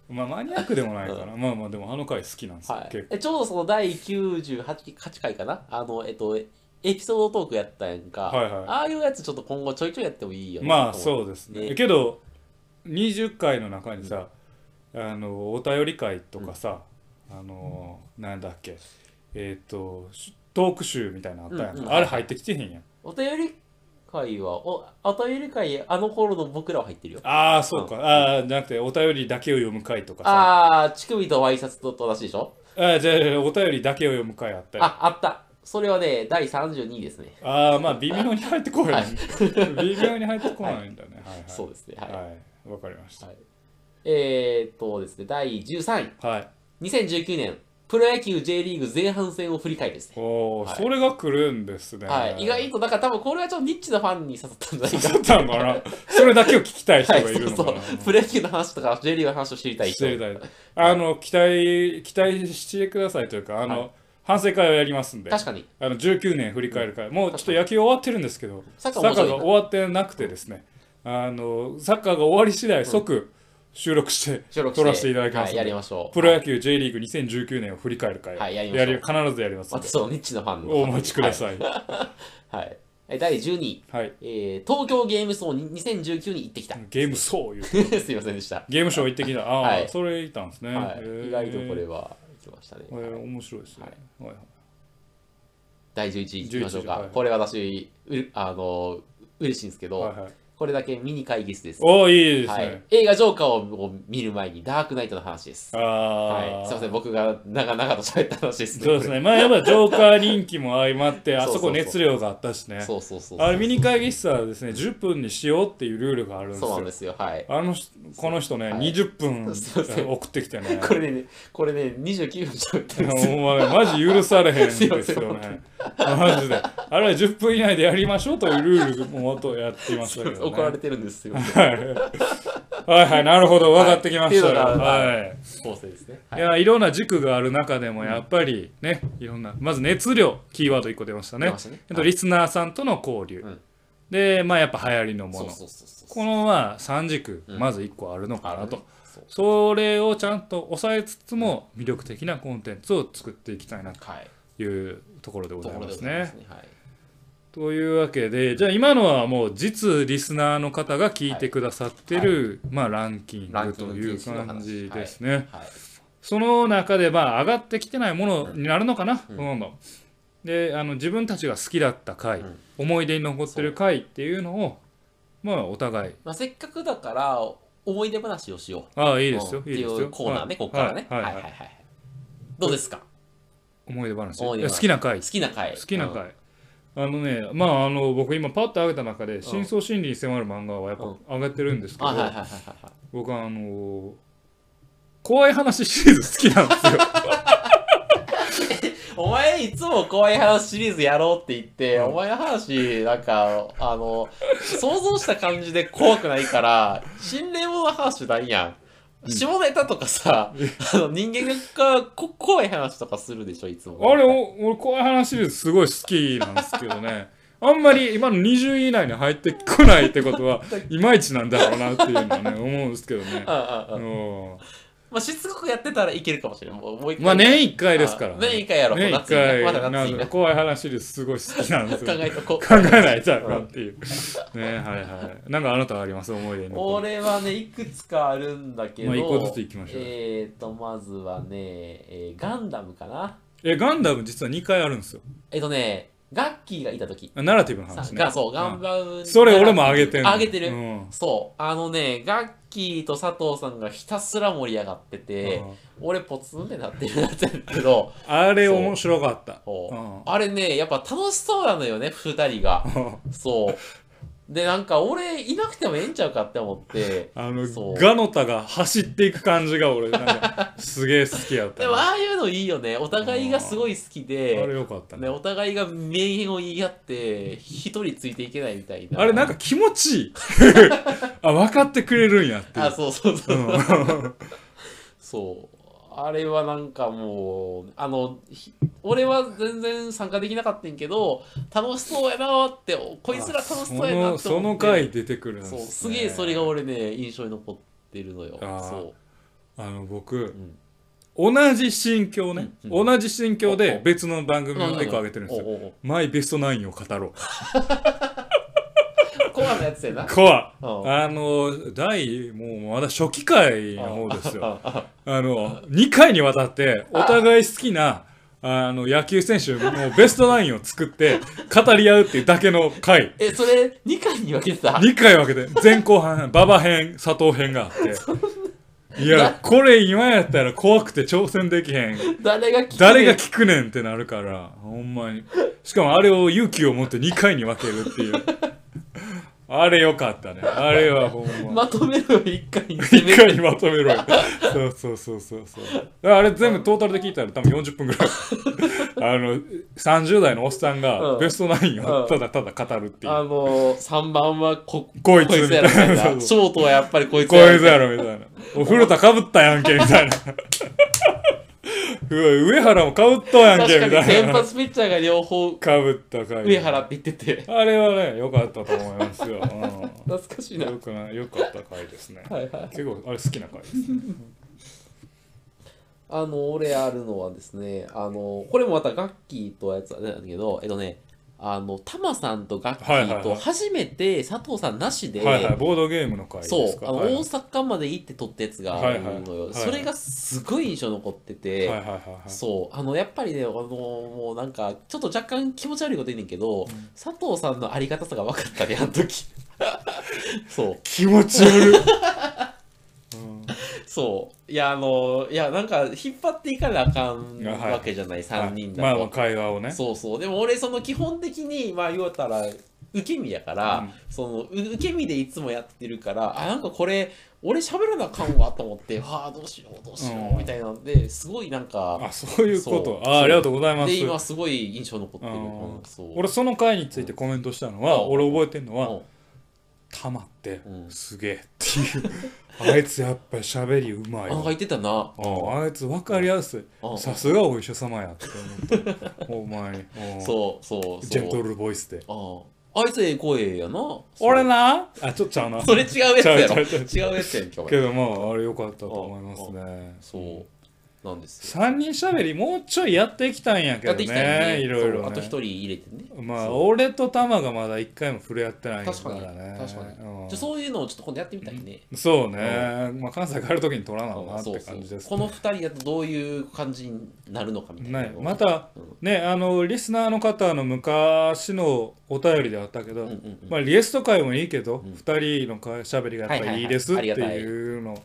まあマニアックでもないかな、まあまあでもあの回好きなんですよ、はい結。えちょうどその、第98 8回かなあの、えっと、エピソードトークやったやんか。はいはいああいうやつ、ちょっと今後ちょいちょいやってもいいよ構ね。まあと思そうですねけど20回の中にさ、あのお便り会とかさ、あのなんだっけえっ、としトーク集みたいなのあったやんか、うんうんあれ入ってきてへんやんお便り会は、お、お便り会、あの頃の僕らは入ってるよ。ああそうか、うああじゃなくてお便りだけを読む回とかさあああ、乳首とワイシャツと正しいでしょあじゃあじゃあお便りだけを読む回あったやんあ、あった。それはね、第32位ですね。ああまあ微妙に入ってこない、 微妙に入ってこないんだね、はいはい、そうですね。はい。はい、わかりました。ははいえー、っとですね、第13い。位。2019年、プロ野球 J リーグ前半戦を振り返るですね。おお、はいそれが来るんですね。はい。意外と、だから多分これはちょっとニッチなファンに刺さったんじゃない刺 かさったのかな。それだけを聞きたい人な。がはいい、るそうのかそな。う。プロ野球の話とか、J リーグの話を知りたい人。知りたい。あの期待期待してくださいというか、あの、はい反省会をやりますんで。確かに。あの19年振り返る会、もうちょっと野球終わってるんですけど、ササッッカカー面白いーが終わってなくてですね、あのサッカーが終わり次第即収録して、収録して撮らせていただきますんはい、で、やりましょう。プロ野球 J リーグ2019年を振り返る会、はいやりましょうる必ずやりますんまでた、そのニッチなファンの。お待ちください。はい。はい。え第12位、はい。えー、東京ゲームソー2019に行ってきた。ゲームそういう すいませんでした。ゲームショー行ってきた。ああ、はいそれ行ったんですね。はへい、え意外とこれ。は行きましたね。えー面白いですね。ははいはい第11位いきましょうか。 11はいこれ私、うれあの、嬉しいんですけど、はいはいこれだけミニ会議室です。おお、いいですはね。い、映画ジョーカーをを見る前にダークナイトの話です。あはあ、い、すいません、僕が長々と喋った話ですね。そうですこね。まあ、やっぱジョーカー人気も相ま って、そうあそうそそうこ熱量があったしれね。そうそうそうあれ、ミニ会議室はですね、10分にしようっていうルールがあるんですそうなんよで。すよ。はい。あの人、この人ね、はい20分 そうそう送ってきてね。 これね、これね、29分喋ったんですよ。お前マジ許されへんですすいよませね。マジで。あれは10分以内でやりましょうというルールももとやっていましたけど、ね。 怒られてるんですよ。はいはい、なるほど、分かってきましたよ。はいっていうのがはい。構成ですね。いや、いろんな軸がある中でも、やっぱりね、いろんな、まず熱量、キーワード1個出ました出ねましたね。えっと、リスナーさんとの交流うん。で、まあ、やっぱ流行りのもそうの。そうそうそう。このまあ3軸、んまず1個あるのかなあと。そうそれをちゃんと抑えつつも魅力的なコンテンツを作っていきたいなはいというところでございますございね。ねはいというわけでじゃあ今のはもう実リスナーの方が聞いてくださってる、まあ、ランキンラングキとングいう形式の話感じですね。はいその中でまあ上がってきてないものになるのかな、どんどん。であの自分たちが好きだった回、うん思い出に残ってる回っていうのをまあお互いまあ、せっかくだから思い出話をしようああいいですよういんいですっていようコーナーはね、いここからね。ははいいははいいははいい。どうですか思い出話思い出好話きな回好きな回。好きな回、あのねまああの僕今パッと上げた中で「真相心理に迫る漫画」はやっうんぱ上がってるんですけうん。ど、あ、はいはいはいはいはい。僕はあのー怖い話シリーズ好きなんですよ。お前いつも怖い話シリーズやろうって言って、うんお前の話、なんか、あの、想像した感じで怖くないから、心霊もの話ないやん。下ネタとかさ、あの人間がこ怖い話とかするでしょ、いつも。あれ、お俺、怖い話シリーズすごい好きなんですけどね。あんまり今の20位以内に入ってこないってこと は、いまいちなんだろうなっていうのはね、思うんですけどねう。んうんううん。んまあ、しつこくやってたらいけるかもしれん。もうもう一回。まあ、年1回ですからあね。年一回やろう年夏にねまだ1回、夏にねなんか怖い話シリーズすごい好きなんです 考よ。えとこう。考えないとなっていう。ね、はいはい。なんかあなたあります思い出に残る。俺はねいくつかあるんだけど、まあ一個ずつ行きましょうえー、とまずはね、えーガンダムかなえ、ガンダム実は2回あるんですよ。えっ、とねガッキーがいた時ナラティブのさ話ね。がそうガンダム、それ俺も上げてんのあげてる、うんそうあのねガッキーと佐藤さんがひたすら盛り上がってて、うん俺ポツンってなってるなってるけどあれ面白かった。そううんあれねやっぱ楽しそうなのよね二人がそうでなんか俺いなくてもええんちゃうかって 思ってあのそうガノタが走っていく感じが俺なん かすげえ好きやったでもああいうのいいよねお互いがすごい好あきでれよかったね、ねお互いが名言を言い合って一人ついていけないみたいなあれなんか気持ちい いあ分かってくれるんやっていうあそうそうそう、うん そうあれはなんかもうあのひ俺は全然参加できなかったんけど楽しそうやなーっておこいつら楽しそうやなって思ってそのその回出てくるんです、そね、うすげえそれが俺ね印象に残ってるのよあーそあのう、僕うん、同じ心境ね、うんうん同じ心境おでお別の番組を一個上げてるんですよおうおうマイベストナインを語ろうおうコアのやつやなコアうんあの第もうまだ初期回の方ですよあああの、2回にわたって、お互い好きな、あの、野球選手のベストナインを作って、語り合うっていうだけの回。えそれ2回に分けてた2回分けて、前後半、馬場編、佐藤編があって。いや、これ今やったら怖くて挑戦できへん。誰が聞く誰が聞くねんってなるから、ほんまに。しかもあれを勇気を持って2回に分けるっていう。あれよかったね。あれはほんま。まとめるよ1回に一回にまとめろよそうそうそうそうそうあれ全部トータルで聞いたら多分40分ぐらいあの30代のおっさんうがんベストナインをただただ語るっていう、あのー、3番はここいつこいつやろみたいそうな。シそうョートはやっぱりこいつこやろいつやろみたいなお古田かぶったやんけみたいなうわ上原もかぶったやんけみ確かにたい先な発ピッチャーが両方かぶったかい上原って言ってて。あれはね良かったと思いますよ、う懐かしい ん、な。はよくない良かった回ですねいはい。結構あれ好きな回ですねあの、俺あるのはですね、あの、これもまたガッキーとやつなんだけど、えっとね、あの、タマさんとガッキはいはーいはとい初めて佐藤さんなしで、はいはいボードゲームの回ですかそう、あの、はい大阪まで行って撮ったやつがあるのよ。はいはいはいそれがすごい印象に残ってて、はいはいはいはいそうあのやっぱりねあのもうなんかちょっと若干気持ち悪いこと言うねんけど、佐藤さんのありがたさが分かったねあの 時そう気持ち悪い、うんそういやあのいやなんか引っ張っていかなあかんあはいわけじゃない、3人だと、まあまあ会話をねそうそうでも俺その基本的にまあ言うたら受け身やから、うんそのう受け身でいつもやってるからあなんかこれ俺喋らなあかんわと思ってああどうしようどうしよううんみたいなのですごいなんかあそういうことそうあありがとうございますで今すごい印象残ってる、うんそう俺その回についてコメントしたのは、うん俺覚えてるのはうん「たまってうんすげえ」っていう、 あいつやっぱり喋りうまいあ、わ書いてたな。うんあいつ分かりやすいうんさすがお医 者様やって思ったほんまにうんそうそうそう。ジェントルボイスでああいつええ声やな。俺なあちょっとちゃうなそれ違うやつやろ。ちゃうちゃうち違うやつやんけ、おけ前。どまああれ良かったと思いますねそう。なんですよ。 3人しゃべりもうちょいやってきたんやけやどっねてきたよね。いろいろ、そうね、あと一人入れてね。まあそう俺とタマがまだ一回も触れ合ってないから確かにね確かにうんじゃあそういうのをちょっと今度やってみたいね。そうね、まあ、関西帰る時に取らなあかんなっそうてそ感じうですこの二人だとどういう感じになるのかみたいなねの、を。またうんねあのリスナーの方の昔のお便りであったけど、うんうんうんまあ、リエスト会もいいけど、うん二人のかしゃべりがやっぱりいいですっはていはいはいいうの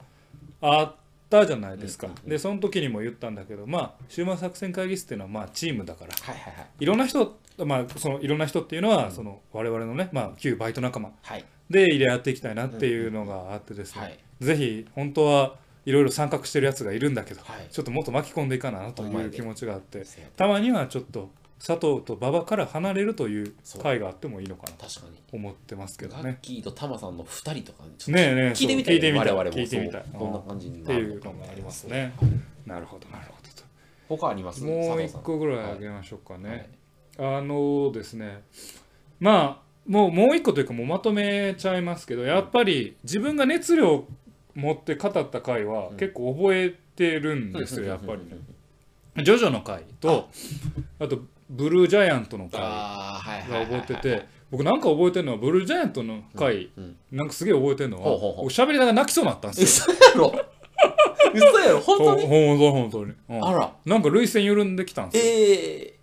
あったじゃないですか、うんうんうんでその時にも言ったんだけどまあ終末作戦会議室っていうのはまあチームだからはいはいはい。いろんな人まあそのいろんな人っていうのは、その我々のね、まあ、旧バイト仲間はい。で入れ合っていきたいなっていうのがあってですね、はい。ぜひ本当はいろいろ参画してるやつがいるんだけど、はいちょっともっと巻き込んでいかなとほんまいやうで気持ちがあってせやたまにはちょっと佐藤と馬場から離れるという会があってもいいのかなと確かに。思ってますけどガねッ。キーとタマさんの二人とかねちょっとねえねえ聞いてみそたう聞いいてみたい我々も聞いてみたいそうどんな感じにっなているうかのもありますね。なるほどなるほど他ありますと。もう一個ぐらいああげましょうかね。ねあのですねまあもうもう一個というかもうまとめちゃいますけどやっぱり自分が熱量を持って語った回はうん結構覚えてるんですよやっぱりね。ジョジョの回とあとブルージャイアントの回がああはいはいはい覚えてはいて僕なんか覚えてるのはブルージャイアントの回うんうんなんかすげえ覚えてるのはほうほうほう僕喋りながら泣きそうになったんですよ。嘘や ろ嘘やろ本ほ当んにほんとほんとに。うんあらなんか涙腺緩んできたんですよ。え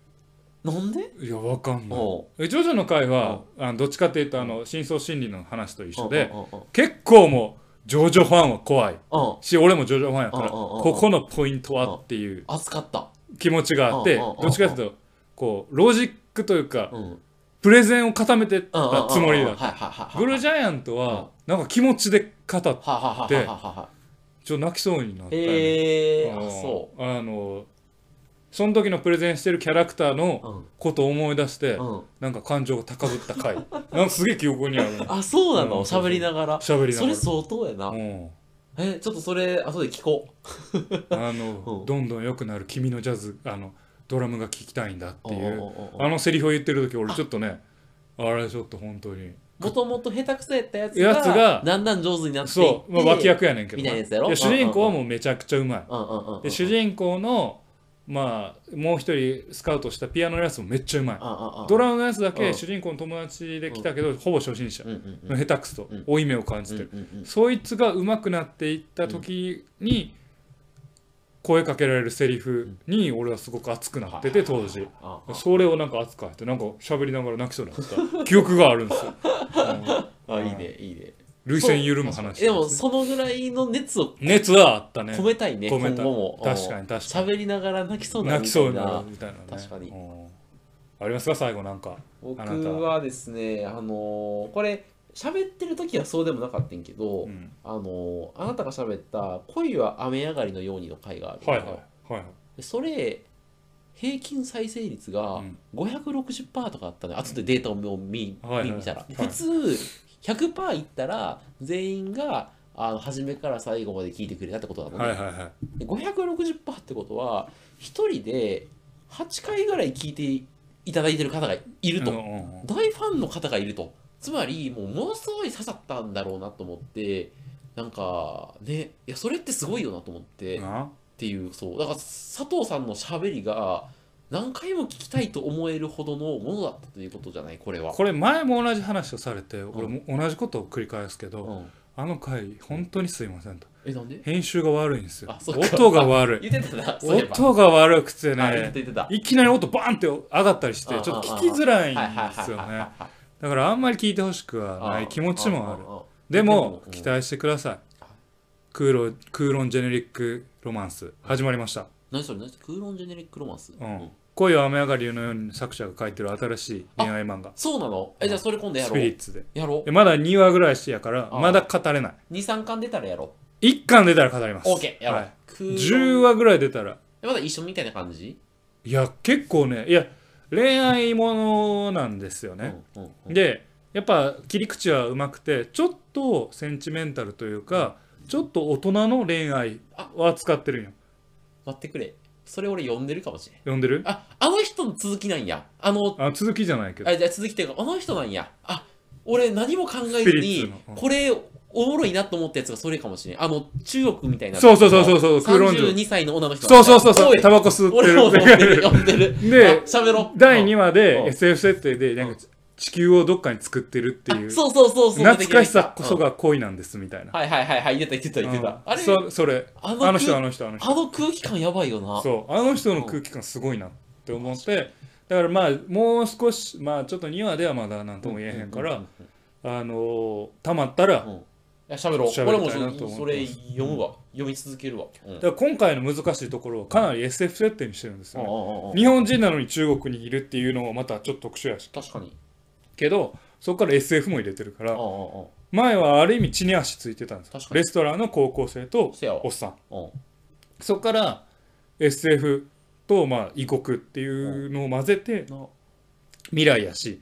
ー、なんでいやわかんない。おうえジョジョの回はあのどっちかっていうとあの深層心理の話と一緒でうんうんうん結構もうジョジョファンは怖いうんし俺もジョジョファンやからうんうんうんうんここのポイントはっていう熱かった気持ちがあってうんうんうんうんどっちかっていうとこうロジックというかうんうんプレゼンを固めてたつもりうんうんうんうんだはいはいはいはいブルージャイアントはなんか気持ちで語ってはいはいはいはいはいはちょっと泣きそうになったいよねへえー、うんあそあのその時のプレゼンしてるキャラクターうのうんことを思い出してうんなんか感情が高ぶった回なんかすげえ記憶にあるの あそうなうんの喋りながら喋りなそがれら相当やなうんえちょっとそれ後で聞こうあの うんどんどん良くなる君のジャズあのドラムが聴きたいんだっていおうおおおあのセリフを言ってる時俺ちょっとねあれちょっと本当にもともと下手くそやったやつやつががだんだん上手になっていってそう、まあ、脇役やねんけどみたないないやつやろや主人公はもうめちゃくちゃうまうんうんうんうんいで主人公のまあもう一人スカウトしたピアノのやつもめっちゃうまいうんうんうんドラムのやつだけうん主人公の友達で来たけどほぼ初心者うんうんうんの下手くそうん負い目を感じてるうんうんうんそいつが上手くなっていった時に声かけられるセリフに俺はすごく熱くなってて当時ああそれをなんか熱くなってなんか喋りながら泣きそうになった記憶があるんですよああいいねいいね涙腺緩む話でもそのぐらいの熱を熱はあったね込めたいね込今めた後も確かに確かに喋りながら泣きそうになる泣みきたいそうにななるみたいなね確かにうんありますか最後なんか僕あなたはですねあのーこれ喋ってる時はそうでもなかったんやけど、うんあのーあなたが喋った「恋は雨上がりのように」の回があるのはいよはいはいはいでそれ平均再生率がうん560%とかあったのよ後でデータを見,、はいはい見たら、はい普通100%いったら全員があの初めから最後まで聞いてくれたってことなのね、はいはいはいで560%ってことは1人で8回ぐらい聞いていただいてる方がいると、うんうんうん大ファンの方がいるとつまりもうものすごい刺さったんだろうなと思ってなんかねいやそれってすごいよなと思って、っなていうそうだから佐藤さんのしゃべりが何回も聞きたいと思えるほどのものだったということじゃないこれは。これ前も同じ話をされて俺も同じことを繰り返すけどうん、あの回、本当にすいませんと。えなんで編集が悪いんですよあ。そっか音が悪い。言ってたな そういえば音が悪くてあ言っねて、言ってた。いきなり音バンって上がったりして、ちょあっと聞きづらいはいはいんではいすよはいね。はいだからあんまり聞いてほしくはなはいい気持ちもある。る。でもうん、期待してくださいはい。クーロン、クーロンジェネリックロマンス、始まりました。何それ何それクーロンジェネリックロマンス、うん。恋は雨上がりのように作者が書いてる新しい恋愛漫画、そうなのえじゃあそれ今度やスろピリッう。ツで。やろでまだ2話ぐらいしてやから、あーまだ語れなう。2、3巻出たらやろい。1巻出たら語りまう。す。オーケーやろう。はいクーロン10話ぐらい出たら、えまだ一緒みたいな感じいや結構ねいや恋愛ものなんですよね、。うんうんうんでやっぱ切り口はうまくてちょっとセンチメンタルというかちょっと大人の恋愛を扱ってるんよ待ってくれ。それ俺読んでるかもしれん。読んでるあ、あの人の続きなんや。あの、あ続きじゃないけどあじゃあ続きっていうか、あの人なんや。あ、俺何も考えずスピリッツにのうん、これ、おもろいなと思ったやつがそれかもしれん。あの、中国みたいな。そうそうそうそうそうクーロンジュ32歳の女の人そうそうそうそおういタバコ吸って俺も読んでる、る読んで る。であ喋ろう。第2話でうん SF 設定でなんか地球をどっかに作ってるっていあうそうそうそうそう。懐かしさこそうん。が恋なんですみたいなはいはいはいはい、言ってた言ってた言ってうんた。あれそそれあのあの人あの人あの人あの空気感やばいよな。そうあの人の空気感すごいなって思ってだからまあもう少しまあちょっと2話ではまだ何とも言えへんから、うあのーたまったら、うだんいや、喋ろう。喋りたい俺もなとそ思それ読むわ。読み続けるわ。うんから今回の難しいところはかなり SF 設定にしてるんですよ、ねうんうんうん日本人なのに中国にいるっていうのもまたちょっと特殊やし確かに。けどそこから SF も入れてるかうんらうんうん前はある意味地に足ついてたんですよ確かにレストランの高校生とせやわおっさんうんそこから SF とまあ異国っていうのを混ぜてな未来やし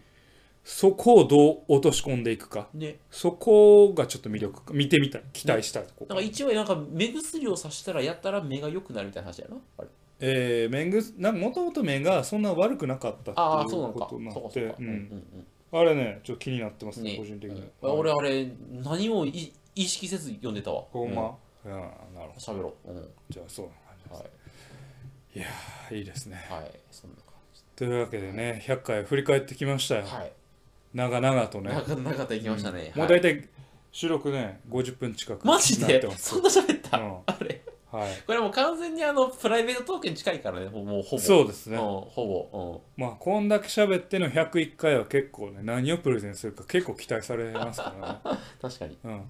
そこをどう落とし込んでいくかね、そこがちょっと魅力か見てみたい期待したいとこ、なんか一応なんか目薬をさしたらやったら目が良くなるみたいな話やな。あれえー、面ぐなんかもともと面がそんな悪くなかったってああ、いそうなうんかこ。とになそうかっそうてか。うんううんんうんあれねちょっと気になってますねね個人的に、うん俺あれ何もい意識せず読んでたわ。ほんうんま、うん、なるほど喋ろう。うんじゃあそうな感じです、、はいやーいいですねはい、そんな感じというわけでね100回振り返ってきましたよ、で。はい。長々とねなかなかできましたね。もうはい大体収録ね50分近くマジなっでてますそんな喋ったうんあれはいこれもう完全にあのプライベートトークに近いからね、ほもうほぼ。そうですねんほぼ。うんまあこんだけ喋っての101回は結構ね何をプレゼンするか結構期待されます からね、確かに。うん、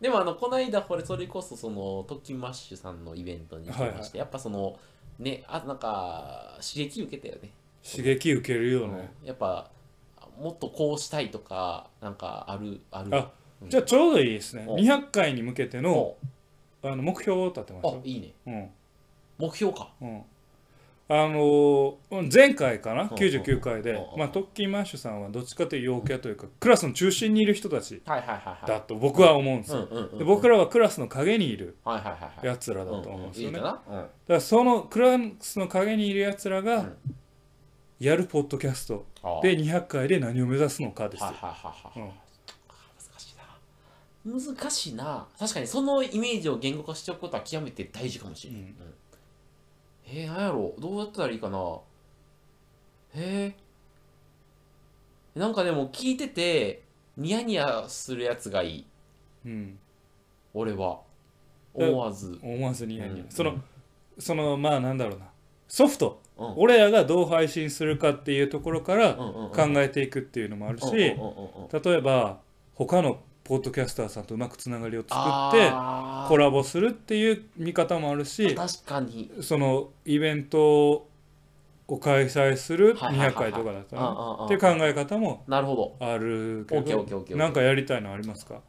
でもあのこの間これそれこそそのトキマッシュさんのイベントに行きまして、はいはいやっぱそのねあなんか刺激受けたよね、刺激受けるよね、やっぱもっとこうしたいとかなんかあるあるあじゃあちょうどいいですねうん200回に向けてのおあの目標を立てましあょいいねううん目標かうんあのー前回かなうん99回うでんうんまあトッキーマッシュさんはどっちかというと陽キャというかクラスの中心にいる人たちはいはいはいはだいと僕は思うんですうんようんうんで僕らはクラスの陰にいるはいはいはいはいやつらだと思うんですよねうんだうんかいいかな、うんらそのクラスの陰にいるやつらうがんやるポッドキャストあーで200回で何を目指すのかですよはいはいはいはい、うん難しいな難しいな確かにそのイメージを言語化しておくことは極めて大事かもしれない、うんんえー、なんやろうどうやったらいいかなへえなんかでも聞いててニヤニヤするやつがいいうん俺はえ思わず、思わずにやる、うんそのそのまあなんだろうなソフト、うん俺らがどう配信するかっていうところからうんうんうん考えていくっていうのもあるし、うんうんうんうんうん、例えば他のポッドキャスターさんとうまくつながりを作ってあーコラボするっていう見方もあるし確かにそのイベントを開催するはいはいはい200はい回とかだったうんらうんうんっていう考え方もなるほどあるけオッケーオッケーオどッケーなんかやりたいのありますか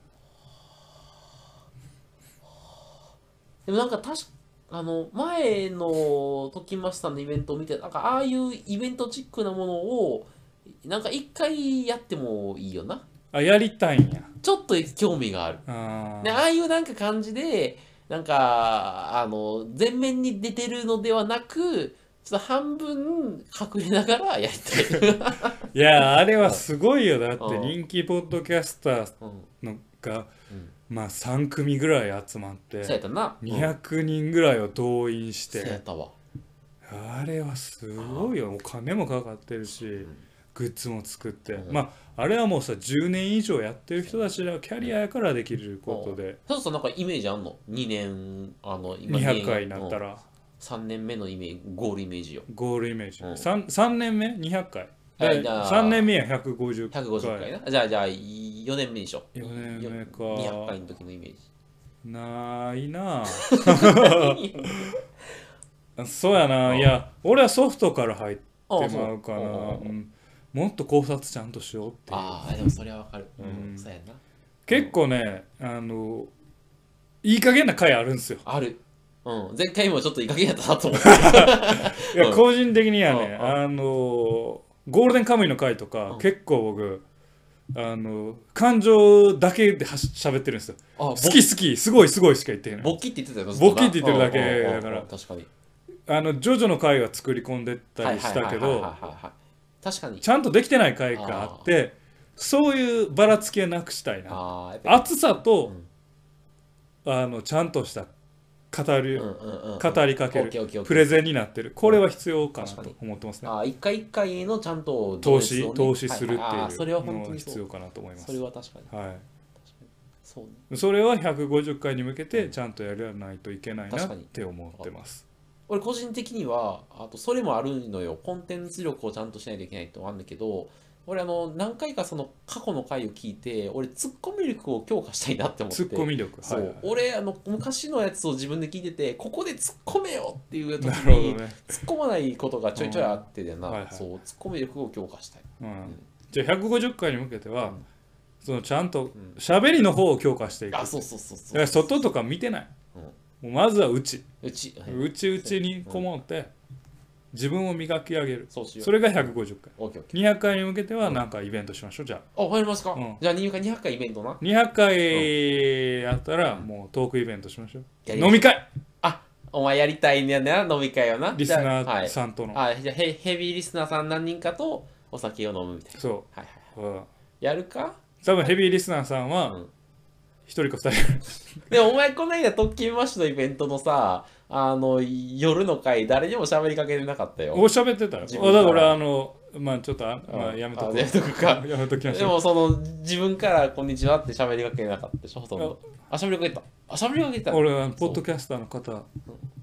でもなんか確かあの前の時マスターのイベントを見てなんかああいうイベントチックなものをなんか一回やってもいいよなあやりたいんやちょっと興味があるあーでああいうなんか感じでなんかあの前面に出てるのではなくちょっと半分隠れながらやりたい、いやーあれはすごいよだってうん人気ポッドキャスターうん、のが、うんまあ3組ぐらい集まっそうやってたなうん200人ぐらいを動員し、そうやってたわあれはすごいよお金もかかってるし、んグッズも作って、うんまああれはもうさ10年以上やってる人たちのキャリアやからできることで、そうそうなんかイメージあんの2年あの200回になったら3年目のイメージゴールイメージよゴールイメージ、うん三三 3, 年目200回、はいじゃあ3年目は150回150回な。じゃあ、じゃあ、4年目でしょ。四年目か200回の時のイ メージ。ないなあそうやな、いや俺はソフトから入ってああまうかなそうああうんもっと考察ちゃんとしようっていうああ、でもそれはわかる。ううんん、そうやな。結構ねあのいい加減な回あるんですよある。うん、前回もちょっといい加減やった なと思って。いやうん個人的にはねあああのゴールデンカムイの回とかうん結構僕あの感情だけではし喋ってるんですよあ、好き好きすごいすごいしか言ってへんボッキって言ってたよな。ボッキって言ってるだけうんうんうんうだんから確かに。あのジョジョの回は作り込んでったはいりはいしはいたはいけはいどはい確かにちゃんとできてない回があってそういうばらつきはなくしたいなあーやっぱり熱さと、あのちゃんとした語り,、うんうんうんうん語りかけオッケーオッケーオッケるープレゼンになってるこれは必要かな確かとに思ってますねあー一回一回のちゃんと情投熱を資ね投資するっていうははあーそれは本の当はにそう必要かなと思いまそすれは確かにはそうねいそれは150回に向けてちゃんとやらないといけないなって思ってます俺個人的にはあとそれもあるのよコンテンツ力をちゃんとしないといけないとあるんだけど俺あの何回かその過去の回を聞いて俺ツッコミ力を強化したいなって思ってツッコミ力そう、はいはい俺あの昔のやつを自分で聞いててここで突っ込めよっていう時 なるほにどね、突っ込まないことがちょいちょいあってだよな、うんはいはいそう突っ込み力を強化したい、うん、じゃあ150回に向けては、うんそのちゃんとん喋りの方を強化していくあそうそうそだうそかうら外とか見てない、うんもうまずはうちうち、はいうちうちにこもって自分を磨き上げるそうしようそれが150回オッケーオッケ200回に向けてはなんかイベントしましょうじゃあーあわかりますか、うんじゃあ2 0回200回イベントな200回やったらもうトークイベントしましょうやりましょ飲うみ会あお前やりたいんだよな飲み会よなリスナじゃあはーいさんとの、あじゃあヘヘビーリスナーさん何人かとお酒を飲むみたいな。そはいはい、う、うん、やるか多分ヘビーリスナーさんは うん1人か2人でもお前この間特勤マッシュのイベントのさあの夜の会誰にも喋りかけてなかったよ。お喋ってたよあだ自か分からら俺あのまあちょっとあ、まあ、やめとこあうやめとくか。やめときましでょもその自分から「こんにちは」って喋りかけなかったでしょほとんど。あ喋りかけた。あ喋りかけてうた。俺はポッドキャスターの方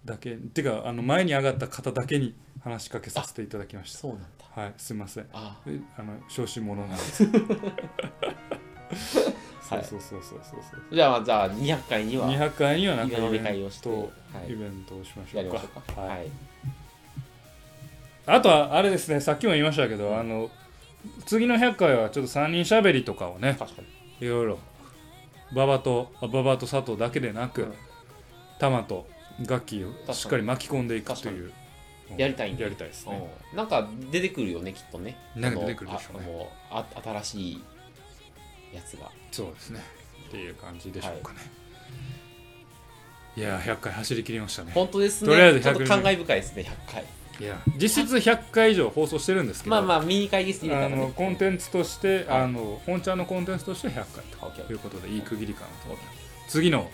だけてかあの前に上がった方だけに話しかけさせていただきましそうなんだ。たはいすいませんあえあの小心者なんです そうはいそうそうそうそうそうじゃあじゃあ200回には200回にはなんか飲イみ会ベをンしてトはいイベントをしましょやりうまかしょうか。はいはい。あとはあれですねさっきも言いましたけどあの次の100回はちょっと3人しゃべりとかをね確かに。いろいろ馬場とあ馬場と佐藤だけでなく、うんタマとガッキーをしっかり巻き込んでいくというにやりたいんだやりたいですねうんなんか出てくるよねきっとねなんか出てくるでしょうねねあのあ新しいやつがそうですねっていう感じでしょうかね、い、やー100回走り切りましたね本当ですねとりあえず100ちょっと感慨深いですね100回いや実質100回以上放送してるんですけどまあまあミニ会議室入れたあらねのコンテンツとして、はいあの本ちゃんのコンテンツとして100回あ OK ということでいい区切りかなと、 OK 次の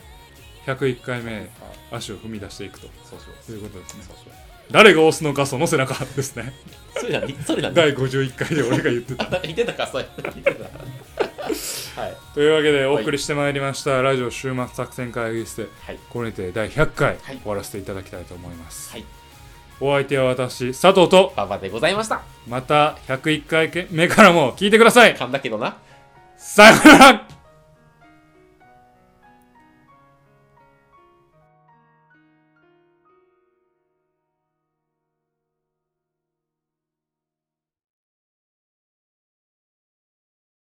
101回目はい足を踏み出していくとそうしよういうことですねそうしよ誰が押すのかその背中です ねうそれなんでそれなんで第51回で俺が言って あたなんか 言ってたかそれ言ってたはいというわけでお送りしてまいりました、ラジオ週末作戦会議室ではいこれにて第100回は終いわらせていただきたいと思います、はいお相手は私佐藤とババでございましたまた101回目からも聞いてください噛んだけどなさようなら